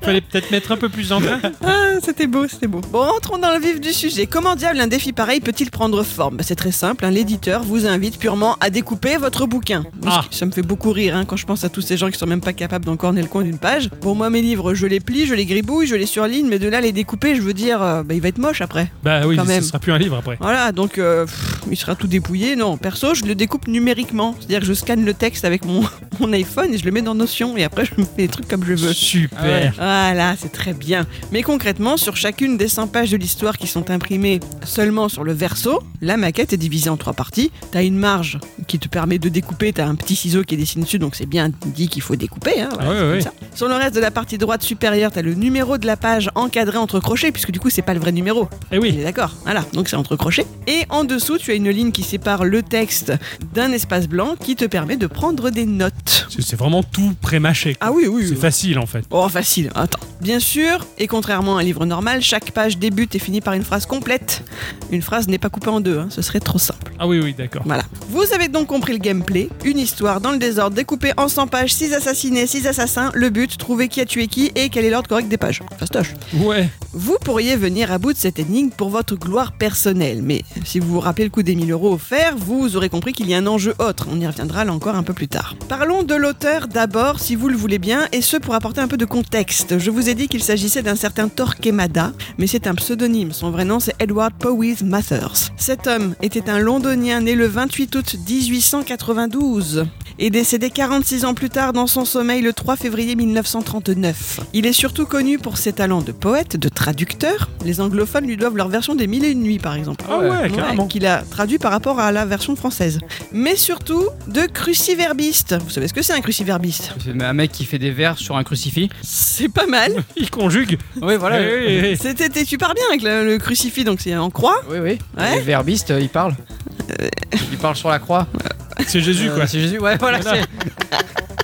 Fallait peut-être mettre un peu plus d'engrais.
Ah, c'était beau, c'était beau. Bon, entrons dans le vif du sujet. Comment diable un défi pareil peut-il prendre forme Bah, C'est très simple, hein, l'éditeur vous invite purement à découper votre bouquin. Ce
Ah.
qui- Ça me fait beaucoup rire hein, quand je pense à tous ces gens qui sont même pas capables d'encorner le coin d'une page. Pour moi, mes livres, je les plie, je les gribouille, je les surligne, mais de là à les découper, je veux dire, euh, bah, il va être moche après.
Bah oui,
Quand
ce
même.
sera plus un livre après.
Voilà, donc euh, pff, il sera tout dépouillé. Non, perso, je le découpe numériquement. C'est-à-dire que je scanne le texte avec mon, mon iPhone et je le mets dans Notion et après je me fais des trucs comme je veux.
Ah ouais.
Super.
Voilà, c'est très bien. Mais concrètement, sur chacune des 100 pages de l'histoire qui sont imprimées seulement sur le verso, la maquette est divisée en trois parties. T'as une marge qui te permet de découper, t'as un petit ciseau qui dessine dessus, donc c'est bien dit qu'il faut découper. hein, voilà,
Ah ouais,
c'est comme
ouais.
ça. Sur le reste de la partie droite supérieure, t'as le numéro de la page encadré entre crochets, puisque du coup c'est pas le vrai numéro.
Eh
Il
oui.
est d'accord. Voilà, donc c'est entre crochets. Et en dessous, tu as une ligne qui sépare le texte d'un espace blanc qui te permet de prendre des notes.
C'est c'est vraiment tout prémâché. quoi.
Ah oui, oui.
C'est
oui.
facile en fait.
Oh, facile, attends. Bien sûr, et contrairement à un livre normal, chaque page débute et finit par une phrase complète. Une phrase n'est pas coupée en deux, hein, ce serait trop simple.
Ah oui, oui, d'accord.
Voilà. Vous avez donc compris le gameplay. Une histoire dans le désordre découpée en 100 pages, 6 assassinés, 6 assassins. Le but, trouver qui a tué qui et quel est l'ordre correct des pages. Fastoche.
Ouais.
Vous pourriez venir à bout de cette énigme pour votre gloire personnelle, mais si vous vous rappelez le coup des 1000 euros offerts, vous aurez compris qu'il y a un enjeu autre. On y reviendra là encore un peu plus tard. Parlons de l'auteur d'abord, si vous le voulez bien, et ce pour apporter un peu de contexte. Je vous ai dit qu'il s'agissait d'un certain Torquemada, mais c'est un pseudonyme. Son vrai nom c'est Edward Powys Mathers. Cet homme était un londonien né le 28 août 1892 et décédé 46 ans plus tard dans son sommeil le 3 février 1939. Il est surtout connu pour ses talents de poète, de traducteur. Les anglophones lui doivent leur version des Mille et une nuits, par exemple.
Ah ouais, carrément.
Qu'il a traduit par rapport à la version française. Mais surtout de cruciverbiste. Vous savez ce que c'est un cruciverbiste
C'est Un mec qui fait des vers sur un crucifix.
C'est pas mal.
Il conjugue.
Oui, voilà.
Eh oui, eh oui.
C'était t'es super bien avec le, le crucifix, donc c'est en croix.
Oui, oui.
Ouais.
Les verbistes, euh, ils parlent. Ils parlent sur la croix.
eh. C'est Jésus
Euh,
quoi.
C'est Jésus, ouais, voilà.
Voilà.
c'est-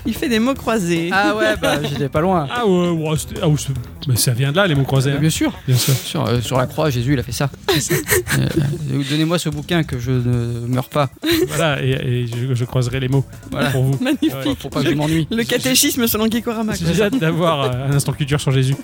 Il fait des mots croisés.
Ah ouais, bah j'étais pas loin.
Ah ouais, ouais, c'était- ah, ouais, c'est- mais ça vient de là les mots croisés.
Mais
hein.
bien sûr.
Bien sûr.
Sur, euh, sur la croix, Jésus, il a fait ça. Euh, euh, Donnez-moi ce bouquin que je ne meurs pas.
Voilà, et, et je, je croiserai les mots
Voilà.
pour vous.
Magnifique.
Ouais.
Faut- Faut pas que je m'ennuie.
Le catéchisme selon Gikorama. quoi.
J'ai hâte d'avoir euh, un instant culture sur Jésus.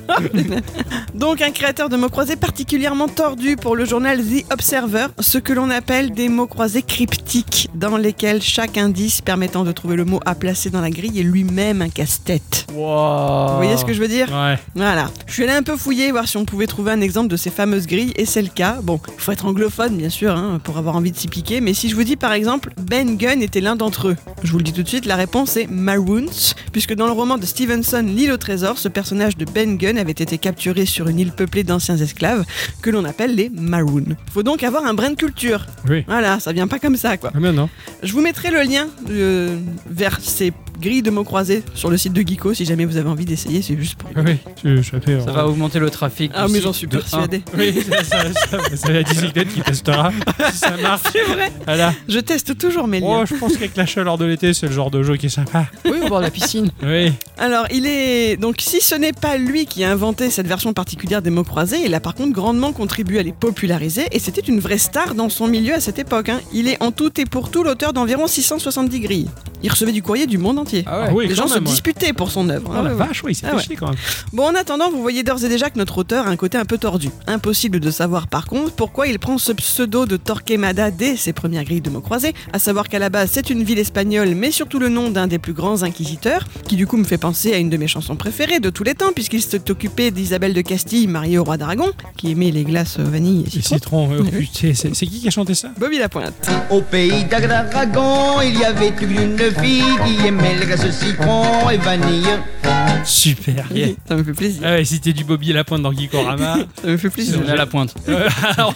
Donc un créateur de mots croisés particulièrement tordu pour le journal The Observer, ce que l'on appelle des mots croisés cryptiques, dans lesquels chaque indice permettant de trouver le mot à placer dans la grille est lui-même un casse-tête.
Wow.
Vous voyez ce que je veux dire
Ouais.
Voilà. Je suis allée un peu fouiller, voir si on pouvait trouver un exemple de ces fameuses grilles, et c'est le cas. Bon, il faut être anglophone, bien sûr, hein, pour avoir envie de s'y piquer, mais si je vous dis par exemple, Ben Gunn était l'un d'entre eux, je vous le dis tout de suite, la réponse est Maroons, puisque dans le roman de Stevenson, L'île au trésor, ce personnage de Ben Gunn avait été capturé sur une île peuplée d'anciens esclaves, que l'on appelle les Maroons. Faut donc avoir un brin de culture.
Oui.
Voilà, ça vient pas comme ça, quoi.
Ah mais non.
Je vous mettrai le lien euh, vers ces grilles de mots croisés sur le site de Geeko si jamais vous avez envie d'essayer, c'est juste pour...
Ah oui. Je, je fais, euh,
Ça va augmenter le trafic.
Ah
du
mais
site
j'en suis
de
persuadée.
Oui, ça, ça, Bah, ça, ça va être bicyclette qui testera si ça marche.
C'est vrai.
Voilà.
Je teste toujours mes liens.
Oh, je pense qu'avec la chaleur de l'été, c'est le genre de jeu qui est sympa.
un. Oui, au bord de la piscine.
Oui.
Alors, il est. Donc, si ce n'est pas lui qui a inventé cette version particulière des mots croisés, il a par contre grandement contribué à les populariser et c'était une vraie star dans son milieu à cette époque. hein. Il est en tout et pour tout l'auteur d'environ 670 grilles. Il recevait du courrier du monde entier.
Ah
Ah oui,
Les
quand
gens se
même, ouais.
disputaient pour son œuvre.
Ah
hein,
la
ouais, ouais.
vache, oui, c'est
Ah
fait
ouais.
chier, quand même.
Bon, en attendant, vous voyez d'ores et déjà que notre auteur a un côté un peu tordu. Impossible de savoir par contre pourquoi il prend ce pseudo de Torquemada dès ses premières grilles de mots croisés, à savoir qu'à la base c'est une ville espagnole, mais surtout le nom d'un des plus grands inquisiteurs, qui du coup me fait penser à une de mes chansons préférées de tous les temps, puisqu'il s'est occupé d'Isabelle de Castille, mariée au roi d'Aragon, qui aimait les glaces euh, vanille et
Les
citron.
citrons, euh, putain, c'est c'est qui qui a chanté ça
Bobby Lapointe.
Au pays d'Aragon, il y avait une fille qui aimait les graisses citron et vanille.
Super.
Oui, Ça me fait plaisir.
Ah ouais, si t'es du Bobby à la pointe dans Gikorama.
Ça me fait plaisir.
On est à la pointe.
ah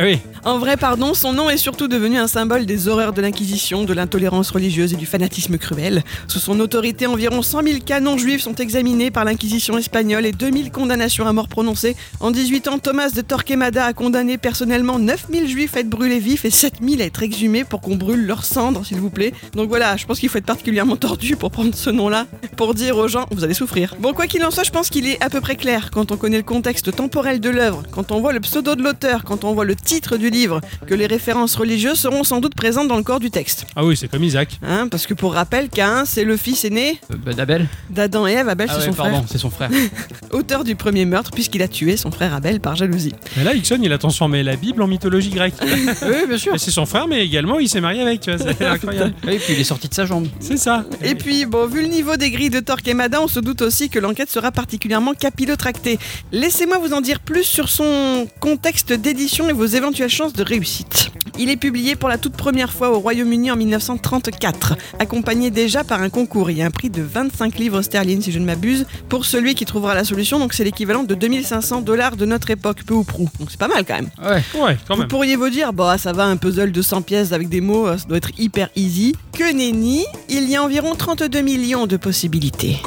oui.
En vrai, pardon, son nom est surtout devenu un symbole des horreurs de l'Inquisition, de l'intolérance religieuse et du fanatisme cruel. Sous son autorité, environ 100 000 canons juifs sont examinés par l'Inquisition espagnole et 2 000 condamnations à mort prononcées. En 18 ans, Thomas de Torquemada a condamné personnellement 9 000 juifs à être brûlés vifs et 7 000 à être exhumés pour qu'on brûle leurs cendres, s'il vous plaît. Donc voilà, je pense qu'il faut être particulièrement tordu pour prendre ce nom-là, pour dire aux gens, vous allez souffrir. Bon, quoi qu'il en soit, je pense qu'il est à peu près clair quand on connaît le contexte temporel de l'œuvre, quand on voit le pseudo de l'auteur, quand on voit le titre du livre, que les références religieuses seront sans doute présentes dans le corps du texte.
Ah oui, c'est comme Isaac.
Hein, parce que pour rappel, Cain, c'est le fils aîné
Euh, bah, D'Abel
d'Adam et Ève, Abel,
Ah
c'est
ouais,
son
pardon, c'est son frère.
frère, auteur du premier meurtre, puisqu'il a tué son frère Abel par jalousie.
Mais là, Ixon, il a transformé la Bible en mythologie grecque.
oui, bien sûr.
Et c'est son frère, mais également, il s'est marié avec. Tu vois, c'est incroyable.
Et puis il est sorti de sa jambe.
C'est ça.
Et puis, bon, vu le niveau des grilles de Torquemada, on se doute aussi que l'enquête sera particulièrement capillotractée. Laissez-moi vous en dire plus sur son contexte d'édition et vos éventuelles chances de réussite. Il est publié pour la toute première fois au Royaume-Uni en 1934, accompagné déjà par un concours et un prix de 25 livres sterlines, si je ne m'abuse, pour celui qui trouvera la solution. Donc, c'est l'équivalent de 2500 dollars de notre époque, peu ou prou. Donc, c'est pas mal quand même.
Ouais.
Ouais, quand
Vous
même.
pourriez vous dire, bah ça va, un puzzle de 100 pièces avec des mots, euh, ça doit être hyper easy. Que nenni, il y a environ 32 millions de possibilités.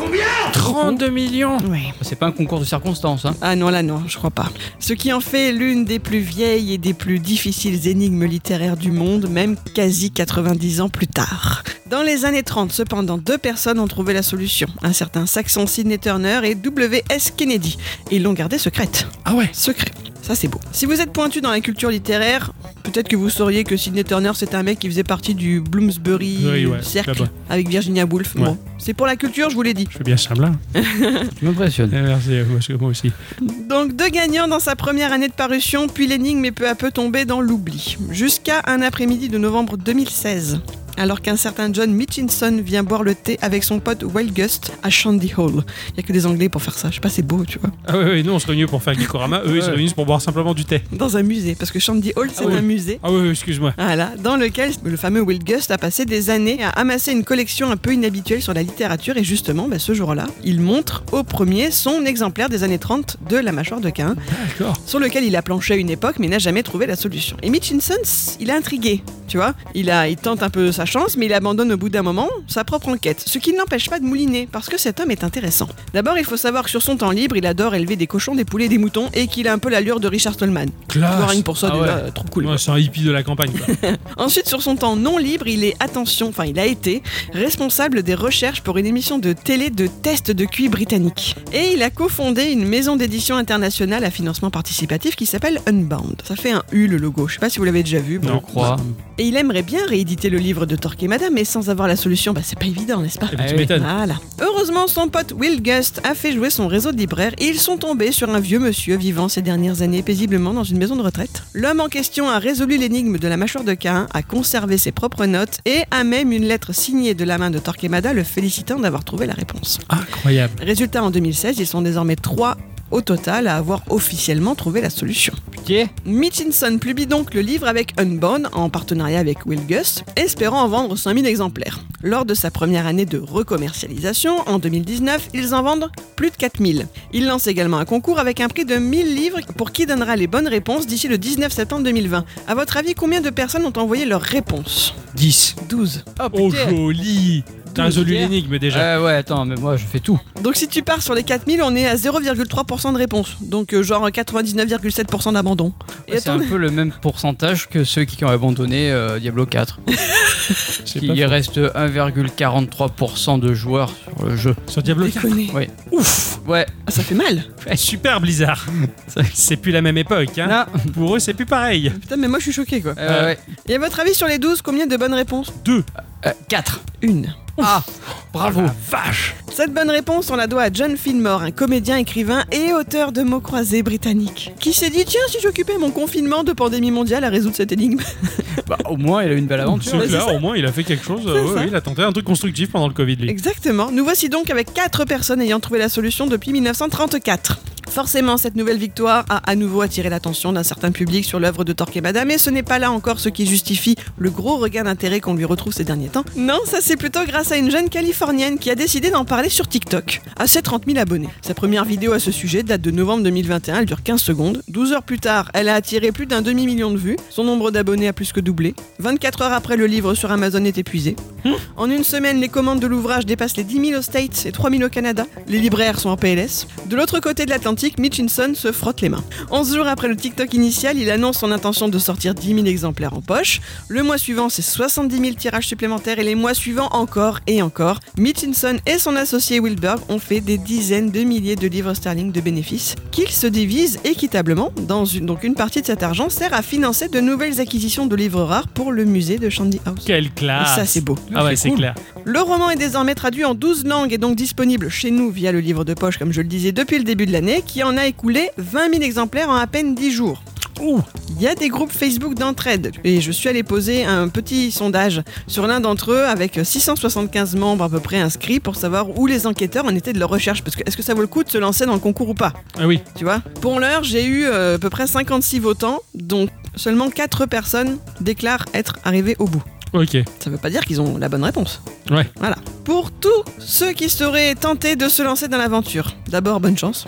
32 millions.
Ouais.
Ah, C'est pas un concours de circonstances, hein.
Ah non, là non, je crois pas. Ce qui en fait l'une des plus vieilles et des plus difficiles énigmes littéraires du monde, même quasi 90 ans plus tard. Dans les années 30, cependant, deux personnes ont trouvé la solution. Un certain Saxon Sidney Turner et W.S. Kennedy. Et ils l'ont gardée secrète.
Ah ouais.
Secret. Ça, c'est beau. Si vous êtes pointu dans la culture littéraire, peut-être que vous sauriez que Sidney Turner, c'est un mec qui faisait partie du Bloomsbury
Oui, ouais,
Cercle
là-bas.
avec Virginia Woolf.
Ouais.
Bon, c'est pour la culture, je vous l'ai dit.
Je fais bien Chamblin.
Tu m'impressionnes.
Eh, Merci, euh, parce que moi aussi.
Donc, deux gagnants dans sa première année de parution, puis l'énigme est peu à peu tombée dans l'oubli. Jusqu'à un après-midi de novembre 2016. Alors qu'un certain John Mitchinson vient boire le thé avec son pote Wild Gust à Shandy Hall. Il a que des Anglais pour faire ça. Je sais pas, c'est beau, tu vois.
Ah oui, oui, nous on se réunit pour faire Gikorama. Eux, ils se
Ouais.
réunissent pour boire simplement du thé.
Dans un musée, parce que Shandy Hall, c'est
oui.
un musée.
Ah oui, oui, excuse-moi.
Voilà, dans lequel le fameux Will Gust a passé des années à amasser une collection un peu inhabituelle sur la littérature et justement, bah, ce jour-là, il montre au premier son exemplaire des années 30 de La mâchoire de Cain,
D'accord.
sur lequel il a planché à une époque mais n'a jamais trouvé la solution. Et Mitchinson, il a intrigué, tu vois, il, a, il tente un peu sa chance mais il abandonne au bout d'un moment sa propre enquête, ce qui ne l'empêche pas de mouliner parce que cet homme est intéressant. D'abord, il faut savoir que sur son temps libre, il adore élever des cochons, des poulets, des moutons et qu'il a un peu l'allure de Richard Stallman. Voir
Classe.
une pour ça,
Ah
déjà,
ouais.
trop cool.
Ouais, c'est un hippie de la campagne. Quoi.
Ensuite, sur son temps non libre, il est attention, enfin il a été responsable des recherches pour une émission de télé de tests de QI britannique. Et il a cofondé une maison d'édition internationale à financement participatif qui s'appelle Unbound. Ça fait un U le logo. Je sais pas si vous l'avez déjà vu. bon.
Non.
Je crois.
Et il aimerait bien rééditer le livre de Torquemada, mais sans avoir la solution, bah c'est pas évident, n'est-ce pas
Eh ben, tu
Ah oui.
m'étonnes.
voilà. Heureusement, son pote Will Gust a fait jouer son réseau de libraires et ils sont tombés sur un vieux monsieur vivant ces dernières années paisiblement dans une maison de retraite. L'homme en question a résolu l'énigme de la mâchoire de Cain, a conservé ses propres notes et a même une lettre signée de la main de Torquemada le félicitant d'avoir trouvé la réponse.
Ah,
Incroyable.
Résultat, en 2016, ils sont désormais trois au total à avoir officiellement trouvé la solution.
Putain.
Mitchinson publie donc le livre avec Unbound en partenariat avec Will Gus, espérant en vendre 5000 exemplaires. Lors de sa première année de recommercialisation, en 2019, ils en vendent plus de 4000. Il lance également un concours avec un prix de 1000 livres pour qui donnera les bonnes réponses d'ici le 19 septembre 2020. À votre avis, combien de personnes ont envoyé leurs réponses
10.
12.
Oh
Oh
putain.
joli. T'as résolu
Pierre.
l'énigme déjà.
Euh, ouais, attends, mais moi je fais tout.
Donc si tu pars sur les 4000, on est à 0,3% de réponses. Donc euh, genre 99,7% d'abandon. Et à
C'est
ton-
un peu le même pourcentage que ceux qui ont abandonné euh, Diablo 4.
C'est pas
Il reste 1,43% de joueurs sur le jeu.
faux. Sur Diablo 4.
Déconner.
Ouais.
Ouf.
Ouais.
Ah, ça fait mal.
Eh, Super Blizzard. C'est plus la même époque. Hein.
Non.
Pour eux, c'est plus pareil.
Putain, mais moi je suis choqué quoi.
Euh, ouais.
Et à votre avis sur les 12, combien de bonnes réponses
Deux.
Euh, 4.
Une.
Ah, bravo.
Vache.
Cette bonne réponse, on la doit à John Fillmore, un comédien, écrivain et auteur de mots croisés britannique, qui s'est dit tiens, si j'occupais mon confinement de pandémie mondiale à résoudre cette énigme.
Bah, au moins, il a eu une belle aventure.
C'est clair, au moins il a fait quelque chose. euh, ouais,
ça.
ouais, il a tenté un truc constructif pendant le Covid, lui.
Exactement. Nous voici donc avec quatre personnes ayant trouvé la solution depuis 1934. Forcément, cette nouvelle victoire a à nouveau attiré l'attention d'un certain public sur l'œuvre de Torquemada, mais ce n'est pas là encore ce qui justifie le gros regain d'intérêt qu'on lui retrouve ces derniers temps. Non, ça c'est plutôt grâce à une jeune Californienne qui a décidé d'en parler sur TikTok, à ses 30 000 abonnés. Sa première vidéo à ce sujet date de novembre 2021, elle dure 15 secondes. 12 heures plus tard, elle a attiré plus d'un demi-million de vues, son nombre d'abonnés a plus que doublé. 24 heures après, le livre sur Amazon est épuisé. En une semaine, les commandes de l'ouvrage dépassent les 10 000 aux States et 3 000 au Canada. Les libraires sont en PLS. De l'autre côté de l'Atlantique, Mitchinson se frotte les mains. 11 jours après le TikTok initial, il annonce son intention de sortir 10 000 exemplaires en poche. Le mois suivant, c'est 70 000 tirages supplémentaires et les mois suivants encore et encore. Mitchinson et son associé Wilberg ont fait des dizaines de milliers de livres sterling de bénéfices qu'ils se divisent équitablement. Dans une, donc une partie de cet argent sert à financer de nouvelles acquisitions de livres rares pour le musée de Shandy House.
Quelle classe
Et ça, c'est beau.
Ah ouais, c'est
cool.
clair.
Le roman est désormais traduit en 12 langues et donc disponible chez nous via le livre de poche, comme je le disais, depuis le début de l'année, qui en a écoulé 20 000 exemplaires en à peine 10 jours.
Ouh.
Il y a des groupes Facebook d'entraide et je suis allée poser un petit sondage sur l'un d'entre eux avec 675 membres à peu près inscrits pour savoir où les enquêteurs en étaient de leur recherche. Parce que est-ce que ça vaut le coup de se lancer dans le concours ou pas
Ah oui.
tu vois. Pour l'heure, j'ai eu euh, à peu près 56 votants, dont seulement 4 personnes déclarent être arrivées au bout.
Ok.
Ça veut pas dire qu'ils ont la bonne réponse.
Ouais.
Voilà. Pour tous ceux qui seraient tentés de se lancer dans l'aventure, d'abord bonne chance.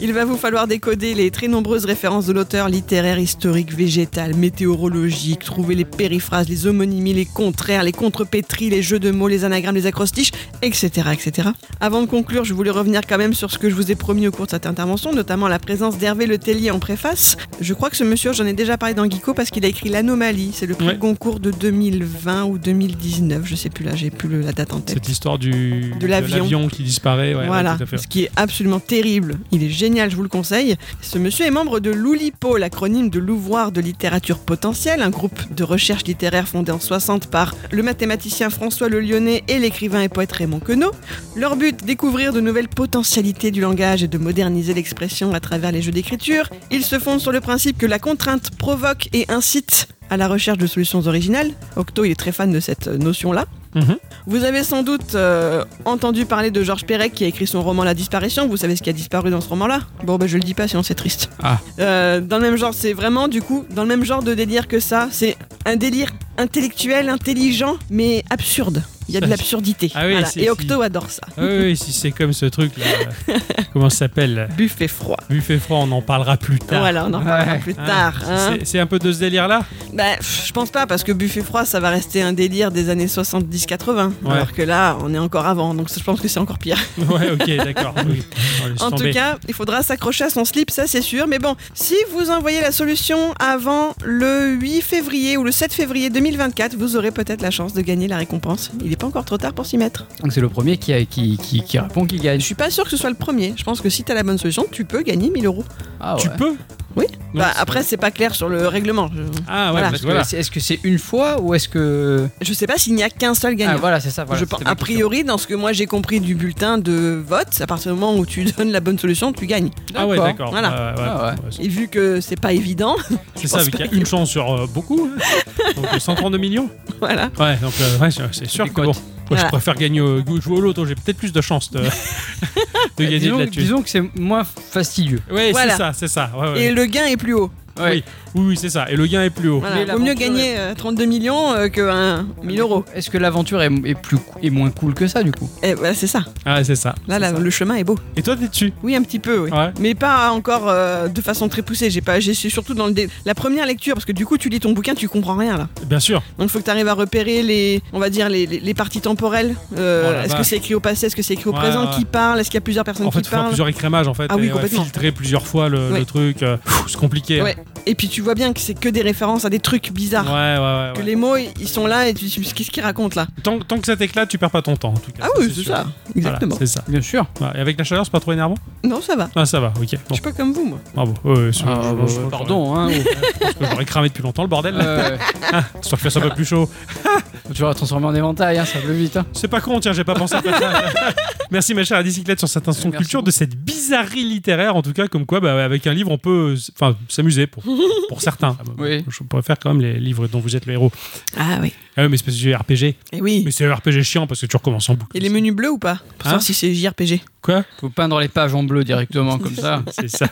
Il va vous falloir décoder les très nombreuses références de l'auteur littéraire, historique, végétal, météorologique, trouver les périphrases, les homonymies, les contraires, les contrepétries, les jeux de mots, les anagrammes, les acrostiches, etc., etc. Avant de conclure, je voulais revenir quand même sur ce que je vous ai promis au cours de cette intervention, notamment la présence d'Hervé Le Tellier en préface. Je crois que ce monsieur, j'en ai déjà parlé dans Geeko parce qu'il a écrit L'Anomalie. C'est le prix
Ouais.
Goncourt de 2020 ou 2019, je sais plus là, j'ai plus le- la date en tête.
Cette histoire du
De l'avion.
qui disparaît. ouais, ouais,
voilà,
tout à fait.
ce qui est absolument terrible. Il est génial, je vous le conseille. Ce monsieur est membre de l'OULIPO, l'acronyme de l'Ouvroir de littérature potentielle, un groupe de recherche littéraire fondé en 60 par le mathématicien François Le Lyonnais et l'écrivain et poète Raymond Queneau. Leur but, découvrir de nouvelles potentialités du langage et de moderniser l'expression à travers les jeux d'écriture. Ils se fondent sur le principe que la contrainte provoque et incite à la recherche de solutions originales. Octo, il est très fan de cette notion-là.
Mhm.
Vous avez sans doute euh, entendu parler de Georges Perec qui a écrit son roman La Disparition. Vous savez ce qui a disparu dans ce roman-là Bon, bah, je le dis pas, sinon c'est triste.
Ah.
Euh, dans le même genre, c'est vraiment, du coup, dans le même genre de délire que ça. C'est un délire intellectuel, intelligent, mais absurde. Il y a de
Ça,
l'absurdité.
Ah oui,
Voilà.
c'est-
Et Octo adore ça.
Ah oui, oui, si c'est comme ce truc là. Comment ça s'appelle
Buffet froid.
Buffet froid, on en parlera plus tard.
Voilà, on en parlera
Ouais.
plus
Hein,
tard. hein.
c'est- C'est un peu de ce délire là
Bah, pff, je pense pas, parce que buffet froid, ça va rester un délire des années 70-80.
Ouais.
Alors que là, on est encore avant, donc je pense que c'est encore pire.
Ouais, ok, d'accord. oui. On va laisser
En
tomber.
tout cas, il faudra s'accrocher à son slip, ça c'est sûr. Mais bon, si vous envoyez la solution avant le 8 février ou le 7 février 2024, vous aurez peut-être la chance de gagner la récompense. Il n'est pas encore trop tard pour s'y mettre.
Donc c'est le premier qui, a- qui, qui, qui répond qui gagne.
Je suis pas sûr que ce soit le premier. Je pense que si t'as la bonne solution, tu peux gagner 1000 euros.
Ah ouais.
tu peux
Oui.
Non,
Bah,
c'est-
après, c'est pas clair sur le règlement. Je,
Ah ouais, parce
voilà.
Parce
que
que
voilà.
c'est- Est-ce que c'est une fois ou est-ce que.
je sais pas s'il n'y a qu'un seul gagnant.
Ah, voilà, c'est ça. Voilà,
Je
c'était
pense-
ma
a
question.
priori, dans ce que moi j'ai compris du bulletin de vote, à partir du moment où tu donnes la bonne solution, tu gagnes.
Ah ouais, d'accord.
Voilà.
Ouais, ouais,
Ah
ouais.
Et vu que c'est pas évident,
C'est ça, vu qu'il y a une chance sur euh, beaucoup. hein. Donc euh, 132 millions.
voilà.
Ouais, donc euh, ouais, c'est c'est sûr
Des
que bon.
cotes.
Moi, je
Voilà.
préfère gagner au, jouer au loto, j'ai peut-être plus de chances de, de gagner
disons,
de la thune.
disons que c'est moins fastidieux.
Ouais,
Voilà.
c'est ça, c'est ça. Ouais, ouais.
Et le gain est plus haut.
Oui, oui, oui, c'est ça. Et le gain est plus haut.
Voilà,
Mais
vaut mieux
l'aventure
gagner euh, 32 millions euh, que un 1000 euros.
Est-ce que l'aventure est, est plus, cou- est moins cool que ça du coup
Eh, bah, c'est ça.
Ah, c'est ça. Ah.
Là, la- le chemin est beau.
Et toi, t'es dessus
Oui, un petit peu, oui.
Ouais.
Mais pas encore euh, de façon très poussée. J'ai pas, j'ai- je suis surtout dans le dé- la première lecture parce que du coup, tu lis ton bouquin, tu comprends rien là.
Bien sûr.
Donc, faut que tu arrives à repérer les, on va dire les, les- les parties temporelles. Euh,
Oh la
est-ce que
vache.
c'est écrit au passé Est-ce que c'est écrit au
Ouais,
présent
ouais.
Qui parle Est-ce qu'il y a plusieurs personnes
En fait,
qui
faut faire
parlent
plusieurs écrémages, en fait.
Ah oui,
et, ouais,
complètement.
filtrer plusieurs fois le, le
Ouais.
truc. euh, pff, c'est compliqué. hein.
Ouais. Et puis, tu vois bien que c'est que des références à des trucs
Ouais,
bizarres.
ouais, ouais,
Que
ouais.
les mots, ils sont là et tu dis qu'est-ce qu'il raconte là
Tant, tant que ça t'éclate, tu perds pas ton temps, en tout cas.
Ah oui,
c'est
c'est
sûr.
ça,
Voilà,
exactement.
c'est ça.
Bien sûr.
Ouais, Et avec la chaleur, c'est pas trop énervant
Non, ça va.
Ah, ça va, ok.
Je
Bon,
suis pas comme vous, moi.
bravo. Ouais, Ah, bah, ouais, c'est-
Ah,
je- je- je-
pardon. Hein,
je- je- J'aurais cramé depuis longtemps le bordel. là.
euh,
Soit que ça soit un peu plus chaud.
tu vas la transformer en éventail, hein, ça va vite. hein.
C'est pas con, tiens, j'ai pas pensé à ça. Merci ma chère à bicyclette sur cette instant
Merci
culture
beaucoup.
de cette bizarrerie littéraire, en tout cas, comme quoi, bah, avec un livre, on peut euh, s- enfin, s'amuser pour, pour certains.
Oui.
Je préfère quand même les livres dont vous êtes le héros.
Ah oui.
Ah oui, mais c'est parce que j'ai RPG.
Et oui.
Mais c'est un RPG chiant parce que tu recommences en boucle.
Et les menus bleus ou pas Pour
Hein
savoir si c'est JRPG.
Quoi
Faut peindre les pages en bleu directement comme ça.
C'est ça.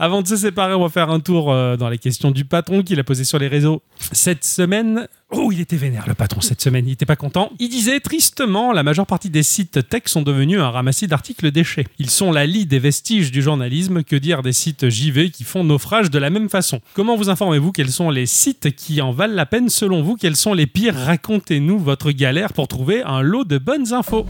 Avant de se séparer, on va faire un tour euh, dans les questions du patron qu'il a posé sur les réseaux cette semaine. Oh, il était vénère, le patron, cette semaine. Il n'était pas content. Il disait tristement la majeure partie des sites tech sont devenus un ramassis d'articles déchets. Ils sont la lie des vestiges du journalisme. Que dire des sites JV qui font naufrage de la même façon Comment vous informez-vous quels sont les sites qui en valent la peine selon vous Quels sont les pires Racontez-nous votre galère pour trouver un lot de bonnes infos.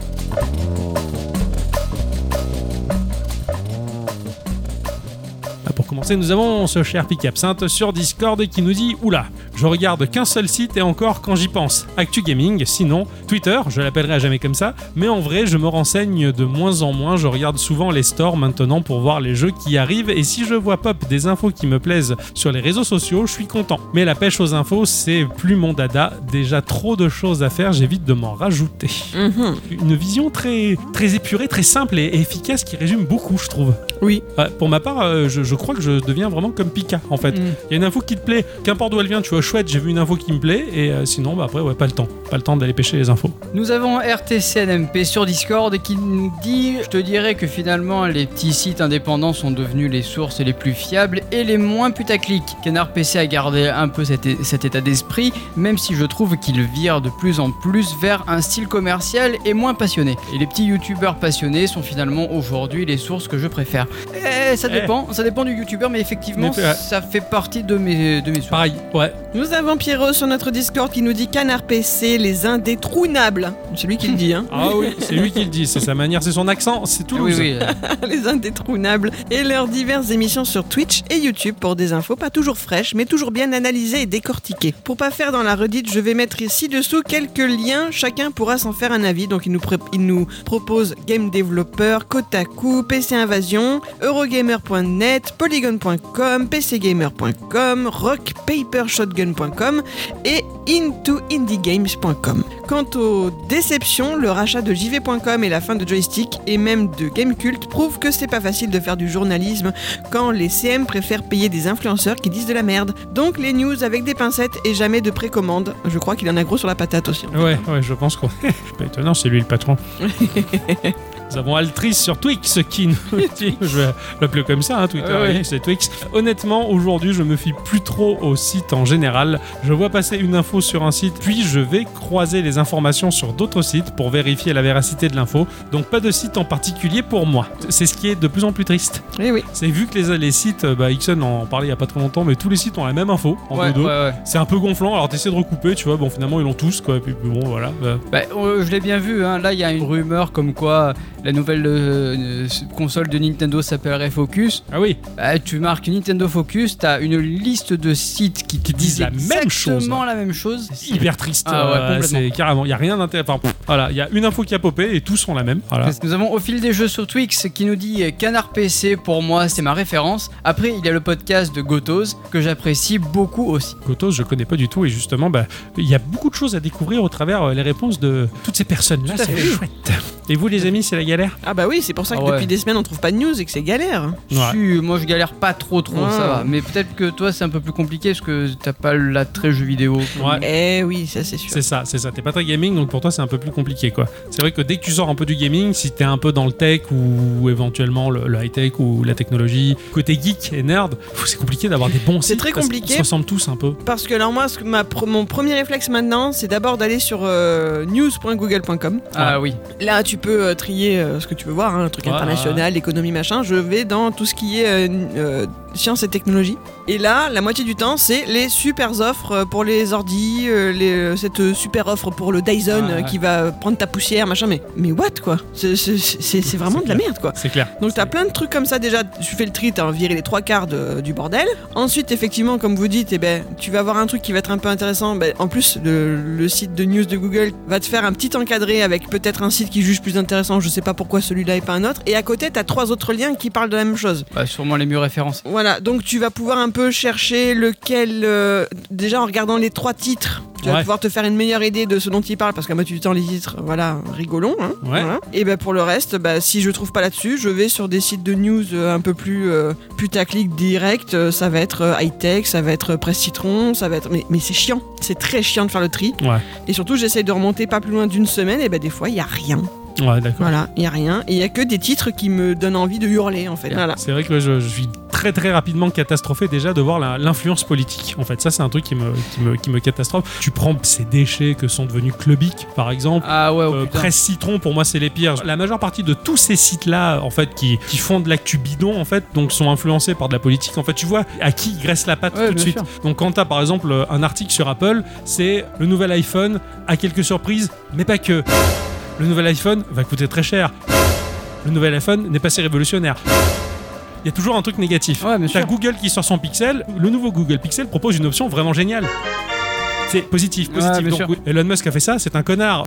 Ah, Pour commencer, nous avons ce cher Pic Absinthe sur Discord qui nous dit Oula, je regarde qu'un seul site et encore quand j'y pense. Actu Gaming, sinon Twitter, je l'appellerai à jamais comme ça, mais en vrai, je me renseigne de moins en moins. Je regarde souvent les stores maintenant pour voir les jeux qui arrivent et si je vois pop des infos qui me plaisent sur les réseaux sociaux, je suis content. Mais la pêche aux infos, c'est plus mon dada. Déjà trop de choses à faire, j'évite de m'en rajouter.
Mhm.
Une vision très, très épurée, très simple et et efficace qui résume beaucoup, je trouve.
Oui.
Ouais, pour ma part, euh, je, je crois que je deviens vraiment comme Pika, en fait. Il
Mm.
y a une info qui te plaît, qu'importe d'où elle vient, tu vois, chouette, j'ai vu une info qui me plaît, et euh, sinon, bah, après, ouais, pas le temps. Pas le temps d'aller pêcher les infos.
Nous avons RTCNMP sur Discord qui nous dit Je te dirais que finalement, les petits sites indépendants sont devenus les sources les plus fiables et les moins putaclic. Canard PC a gardé un peu cet, é- cet état d'esprit, même si je trouve qu'il vire de plus en plus vers un style commercial et moins passionné. Et les petits youtubeurs passionnés sont finalement aujourd'hui les sources que je préfère. Eh, ça
Eh.
dépend, ça dépend du youtubeur, mais effectivement,
Mais, ouais.
ça fait partie de mes, de mes sources.
Pareil, ouais.
Nous avons Pierrot sur notre Discord qui nous dit Canard PC, les indétrônables. C'est lui qui le dit, hein.
Ah oui, c'est lui qui le dit, c'est sa manière, c'est son accent, c'est
Oui,
Toulouse.
oui, euh,
les indétrônables et leurs diverses émissions sur Twitch et YouTube pour des infos pas toujours fraîches mais toujours bien analysées et décortiquées. Pour pas faire dans la redite, je vais mettre ci-dessous quelques liens, chacun pourra s'en faire un avis. Donc il nous, pré- il nous propose Game Developer, Kotaku, PC Invasion, Eurogamer.net, Polygon.com, PCGamer.com, RockPaperShotgun.com et IntoIndieGames.com. Quant aux déceptions, le rachat de JV.com et la fin de Joystick et même de Gamecult prouvent que c'est pas facile de faire du journalisme quand les CM préfèrent payer des influenceurs qui disent de la merde. Donc les news avec des pincettes et jamais de précommande. Je crois qu'il en a gros sur la patate aussi. hein. en fait.
Ouais, ouais, je pense qu'on. pas étonnant, c'est lui le patron. Nous avons Altrice sur Twix qui nous dit, je vais l'appeler comme ça, hein, Twitter,
Ah ouais.
oui, c'est Twix. Honnêtement, aujourd'hui, je me fie plus trop aux sites en général. Je vois passer une info sur un site, puis je vais croiser les informations sur d'autres sites pour vérifier la véracité de l'info. Donc pas de site en particulier pour moi. C'est ce qui est de plus en plus triste.
Eh oui.
C'est vu que les, les sites, bah, Ixon en parlait il y a pas trop longtemps, mais tous les sites ont la même info en
ouais,
dodo.
ouais, ouais.
C'est un peu gonflant, alors t'essaies de recouper, tu vois, bon finalement ils l'ont tous quoi, et puis bon voilà. bah,
Bah, euh, je l'ai bien vu, hein. là il y a une rumeur comme quoi la nouvelle euh, euh, console de Nintendo s'appellerait Focus.
Ah oui,
Bah, tu marques Nintendo Focus, t'as une liste de sites qui te
disent
disent
la même chose.
exactement la même chose.
c'est hyper triste.
Ah ouais,
euh,
complètement.
c'est carrément, il y a rien d'intéressant. Enfin, pff, voilà, il y a une info qui a popé et tous ont la même. Voilà.
Nous avons au fil des jeux sur Twix qui nous dit euh, Canard PC pour moi c'est ma référence. Après il y a le podcast de Gotos que j'apprécie beaucoup aussi.
Gotos, je connais pas du tout et justement, bah, il y a beaucoup de choses à découvrir au travers euh, les réponses de toutes ces personnes là.
Tout à
C'est
fait.
chouette. Et vous les amis, c'est la galère
Ah bah oui, c'est pour ça que
Ah ouais.
depuis des semaines on trouve pas de news et que c'est galère.
Ouais.
Si, moi je galère pas trop trop
Ouais.
ça va. Mais peut-être que toi c'est un peu plus compliqué parce que t'as pas l'attrait jeu vidéo.
Ouais.
Eh oui, ça c'est sûr.
C'est ça, c'est ça. T'es pas très gaming, donc pour toi c'est un peu plus compliqué, quoi. C'est vrai que dès que tu sors un peu du gaming, si t'es un peu dans le tech ou éventuellement le, le high tech ou la technologie, côté geek et nerd, pff, c'est compliqué d'avoir des bons.
C'est
sites
très
parce
compliqué.
qu'ils se ressemblent tous un peu.
Parce que alors moi, ce que ma pro- mon premier réflexe maintenant, c'est d'abord d'aller sur euh, news.google.com.
Ah oui.
Là, tu peux euh, trier euh, ce que tu veux voir, hein, un truc
Ouais,
international, l'économie, machin. Je vais dans tout ce qui est euh, euh, sciences et technologies. Et là, la moitié du temps, c'est les super offres euh, pour les ordi, euh, les, euh, cette euh, super offre pour le Dyson
Ouais,
euh,
ouais.
qui va prendre ta poussière, machin. Mais, mais what, quoi C'est- c'est- C'est c'est vraiment de la merde, quoi.
C'est clair.
Donc t'as plein de trucs comme ça déjà, tu fais le tri, t'as viré les trois quarts de- du bordel. Ensuite effectivement comme vous dites, eh ben, tu vas avoir un truc qui va être un peu intéressant. Ben, en plus le, le site de news de Google va te faire un petit encadré avec peut-être un site qui juge plus intéressant, je sais pas pourquoi celui-là et pas un autre. Et à côté t'as trois autres liens qui parlent de la même chose.
Bah, sûrement les mieux références.
Voilà, donc tu vas pouvoir un peu chercher lequel... euh, déjà en regardant les trois titres, tu vas
Ouais.
pouvoir te faire une meilleure idée de ce dont ils parlent, parce qu'à moitié du temps les titres, voilà, rigolons. hein.
Ouais.
Voilà. Et ben pour le reste, bah, si je trouve pas là-dessus, je vais sur des sites de news euh, un peu plus euh, putaclic direct. Euh, ça va être euh, high-tech, ça va être euh, Presse Citron, ça va être... Mais, mais c'est chiant, c'est très chiant de faire le tri.
Ouais.
Et surtout j'essaye de remonter pas plus loin d'une semaine, et ben des fois il y a rien.
Ouais, d'accord.
Voilà, il n'y a rien. Il n'y a que des titres qui me donnent envie de hurler, en fait. Voilà.
C'est vrai que je, je suis très très rapidement catastrophé déjà de voir la- l'influence politique. En fait, ça c'est un truc qui me, qui, me, qui me catastrophe. Tu prends ces déchets que sont devenus Clubic, par exemple.
Ah ouais, oh
Euh,
putain.
Presse Citron, pour moi, c'est les pires. La majeure partie de tous ces sites-là, en fait, qui, qui font de l'actu bidon, en fait, donc sont influencés par de la politique. En fait, tu vois à qui ils graissent la patte
Ouais,
tout de
bien
suite.
sûr.
Donc, quand t'as par exemple euh, un article sur Apple, c'est le nouvel iPhone à quelques surprises, mais pas que. Le nouvel iPhone va coûter très cher. Le nouvel iPhone n'est pas si révolutionnaire. Il y a toujours un truc négatif.
Ouais, bien
T'as
sûr.
Google qui sort son Pixel. Le nouveau Google Pixel propose une option vraiment géniale. C'est positif, positif.
Ouais, bien
Donc,
sûr.
oui, Elon Musk a fait ça, c'est un connard.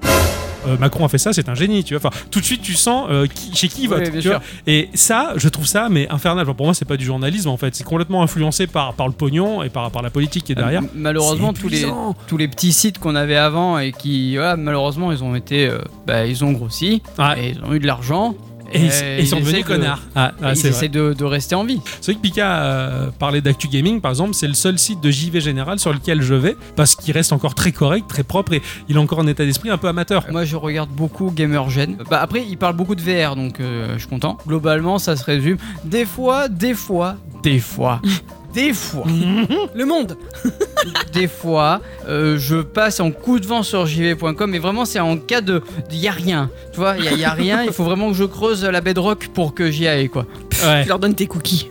Euh, Macron a fait ça, c'est un génie, tu vois. Enfin, tout de suite, tu sens euh, qui- chez qui il vote.
Ouais, bien
tu
sûr.
vois. Et ça, je trouve ça, mais infernal. Enfin, pour moi, c'est pas du journalisme en fait. C'est complètement influencé par, par le pognon et par, par la politique qui est derrière.
M- Malheureusement,
C'est
tous les,
épuisant.
tous les petits sites qu'on avait avant et qui, voilà, malheureusement, ils ont été, euh, bah, ils ont grossi
Ouais.
et ils ont eu de l'argent.
Et, Ah, ils- et ils sont
essaient
devenus
de-
connards. Ah,
et
ah,
ils
c'est vrai.
essaient de, de rester en vie.
C'est vrai que Pika euh, parlait d'Actu Gaming, par exemple, c'est le seul site de JV Général sur lequel je vais, parce qu'il reste encore très correct, très propre, et il est encore en état d'esprit un peu amateur.
Moi, je regarde beaucoup Gamergen. Bah, après, ils parlent beaucoup de VR, donc euh, je suis content. Globalement, ça se résume. Des fois, des fois, des fois. Des fois,
Le monde
des fois, euh, je passe en coup de vent sur jv.com, et vraiment, c'est en cas de. Il n'y a rien. Tu vois, il n'y a, rien. Il faut vraiment que je creuse la bedrock pour que j'y aille, quoi.
Ouais.
Tu leur donnes tes cookies.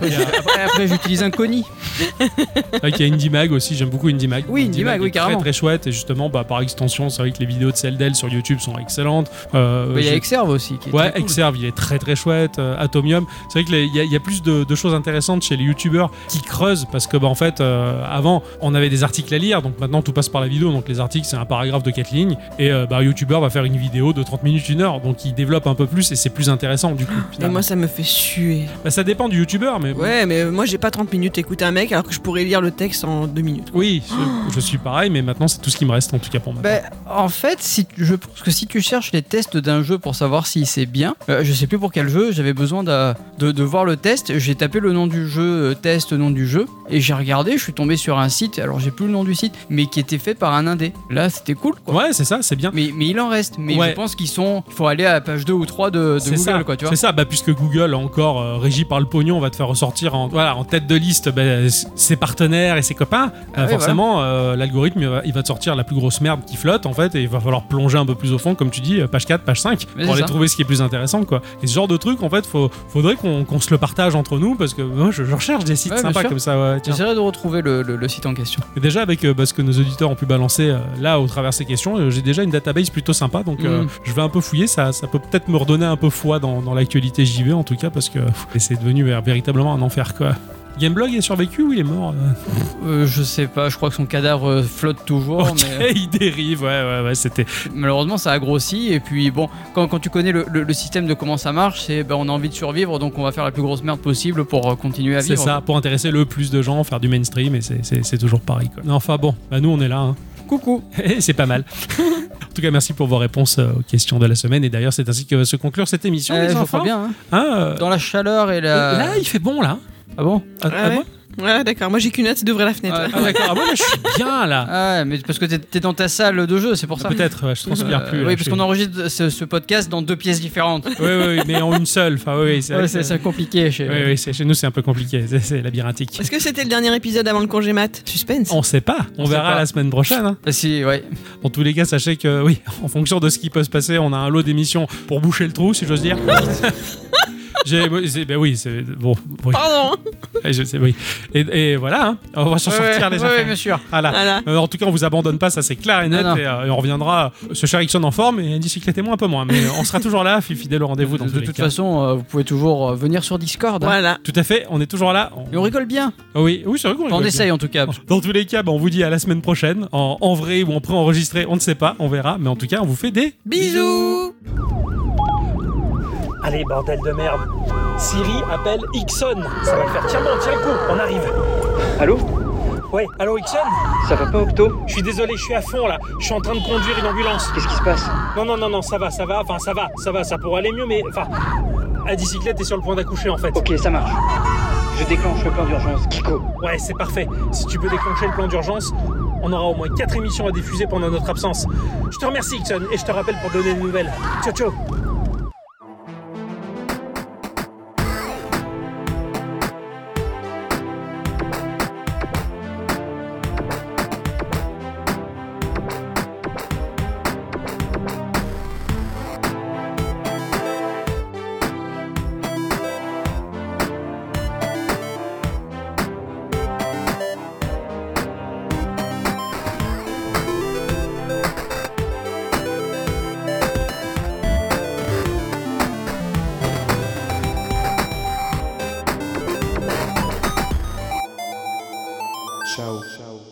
Il y a-
Après, après, j'utilise un Connie.
C'est vrai qu'il y a IndieMag aussi, j'aime beaucoup IndieMag.
Oui, IndieMag, oui,
est
carrément.
Très très chouette, et justement, bah, par extension, c'est vrai que les vidéos de celle d'elle sur YouTube sont excellentes. Euh,
Mais Bah, il y a
j'ai-
Exerve aussi. Qui est
Ouais,
très cool.
Exerve, il est très très chouette. euh, Atomium, c'est vrai qu'il y, a- il y a plus de, de choses intéressantes chez les youtubeurs qui creusent parce que, bah, en fait, euh, avant, on avait des articles à lire, donc maintenant tout passe par la vidéo. Donc les articles, c'est un paragraphe de 4 lignes, et euh, bah, un youtubeur va faire une vidéo de 30 minutes, 1 heure, donc il développe un peu plus et c'est plus intéressant du coup.
Et
finalement.
moi, ça me fait suer.
Bah, ça dépend du youtubeur, mais.
Ouais, mais moi, j'ai pas 30 minutes à écouter un mec alors que je pourrais lire le texte en deux minutes.
Oui, je, je suis pareil, mais maintenant c'est tout ce qui me reste en tout cas pour moi.
Ben, en fait, si tu- je pense que si tu cherches les tests d'un jeu pour savoir si c'est bien, euh, je sais plus pour quel jeu, j'avais besoin d'a- de, de voir le test. J'ai tapé le nom du jeu, euh, test, nom du jeu, et j'ai regardé. Je suis tombé sur un site, alors j'ai plus le nom du site, mais qui était fait par un indé. Là, c'était cool, quoi.
Ouais, c'est ça, c'est bien.
Mais, mais il en reste. Mais
Ouais.
je pense qu'ils sont. Il faut aller à la page 2 ou 3 de, de
C'est
Google,
ça,
quoi, tu vois.
C'est ça, bah, puisque Google, encore euh, régi par le pognon, va te faire ressortir en, voilà, en tête de liste bah, ses partenaires et ses copains.
Ah
Euh,
oui,
forcément, euh, l'algorithme, il va- il va te sortir la plus grosse merde qui flotte, en fait, et il va falloir plonger un peu plus au fond, comme tu dis, euh, page 4, page 5,
Mais
pour
c'est
aller
ça.
trouver ce qui est plus intéressant, quoi. Et ce genre de truc, en fait, faut, faudrait qu'on qu'on se le partage entre nous, parce que moi, je, je recherche des sites
Ouais, bien
sympas
sûr.
comme ça. ouais, tiens.
J'essaierai de retrouver le, le- le site en question.
Et déjà, avec euh, bah, ce que nos auditeurs ont pu balancer euh, là au travers de ces questions, euh, j'ai déjà une database plutôt sympa, donc euh,
Mm.
je vais un peu fouiller. Ça, ça peut peut-être me redonner un peu foi dans, dans l'actualité JV en tout cas, parce que pff, c'est devenu euh, véritablement un enfer quoi. Gameblog est survécu ou il est mort euh
Euh, je sais pas, je crois que son cadavre euh, flotte toujours,
Ok,
mais. euh,
il dérive, ouais, ouais, ouais, c'était.
malheureusement ça a grossi et puis bon quand, quand tu connais le, le- le système de comment ça marche c'est ben, on a envie de survivre donc on va faire la plus grosse merde possible pour euh, continuer à
C'est
vivre
ça, pour intéresser le plus de gens, faire du mainstream, et c'est- c'est c'est toujours pareil quoi. Enfin bon, bah nous on est là, hein.
coucou
Et c'est pas mal. en tout cas, merci pour vos réponses euh, aux questions de la semaine, et d'ailleurs, c'est ainsi que va se conclure cette émission,
Euh,
les
je
enfants.
crois bien hein.
Hein, euh,
dans la chaleur et la
Là, il fait bon là.
ah bon
À- à
Ah ouais.
moi
Ouais, d'accord. Moi, j'ai qu'une note, c'est d'ouvrir la fenêtre.
Ouais.
Ah d'accord, ah, moi là, je suis bien là. Ah,
ah mais parce que t'es t'es dans ta salle de jeu c'est pour ça
Peut-être, ouais, je transpire
Euh,
plus. là,
oui
je
parce
suis-
qu'on enregistre ce, ce podcast dans deux pièces différentes
Oui, oui, oui, mais en une seule. Enfin, oui, oui, c'est vrai
Ouais,
que
c'est
c'est-
c'est compliqué chez
Oui, oui, c'est- chez nous, c'est un peu compliqué. C'est- C'est labyrinthique.
Est-ce que c'était le dernier épisode avant le congé mat Suspense.
On sait pas. On,
On sait
verra
pas.
la semaine prochaine. hein.
Ah, si ouais
En tous les cas, sachez que, oui, en fonction de ce qui peut se passer, on a un lot d'émissions pour boucher le trou, si j'ose dire. J'ai- oui, c'est- ben oui, c'est bon. oui.
Pardon.
Je sais, oui. Et, et voilà, hein. on va s'en
Oh. Ouais,
sortir les
ouais, ouais, Ah,
affaires.
bien sûr
Voilà.
Voilà.
Euh, en tout cas, on vous abandonne pas, ça c'est clair et net.
Ah Non, non.
Et, euh, et on reviendra, euh, ce cher Ixon en forme et bicyclette et moi un peu moins. Mais euh, on sera toujours là, fi- fidèle au rendez-vous dans
de,
tous les
toute
cas.
façon euh, vous pouvez toujours euh, venir sur Discord hein.
Voilà.
Tout à fait, on est toujours là. On-
Mais on rigole bien
Ah Oui, oui c'est vrai qu'on
Enfin, on
rigole
essaye en tout cas
bien. Dans tous les cas, bah, on vous dit à la semaine prochaine, en, en vrai ou en pré-enregistré, on ne sait pas, on verra. Mais en tout cas, on vous fait des
Bisous.
Allez, bordel de merde. Siri appelle Ixon. Ça va le faire. Tiens bon, tiens le coup, on arrive. Allô Ouais, allô Ixon
Ça va pas, Octo
Je suis désolé, je suis à fond là. Je suis en train de conduire une ambulance.
Qu'est-ce qui se passe
Non, non, non, non, ça va, ça va. Enfin, ça va, ça va, ça pourrait aller mieux, mais enfin. À bicyclette, t'es sur le point d'accoucher en fait.
Ok, ça marche. Je déclenche le plan d'urgence. Kiko,
Ouais, c'est parfait. Si tu peux déclencher le plan d'urgence,
On aura au moins 4 émissions à diffuser pendant notre absence. Je te remercie, Ixon, et je te rappelle pour donner des nouvelles. Ciao, ciao Ciao. Ciao.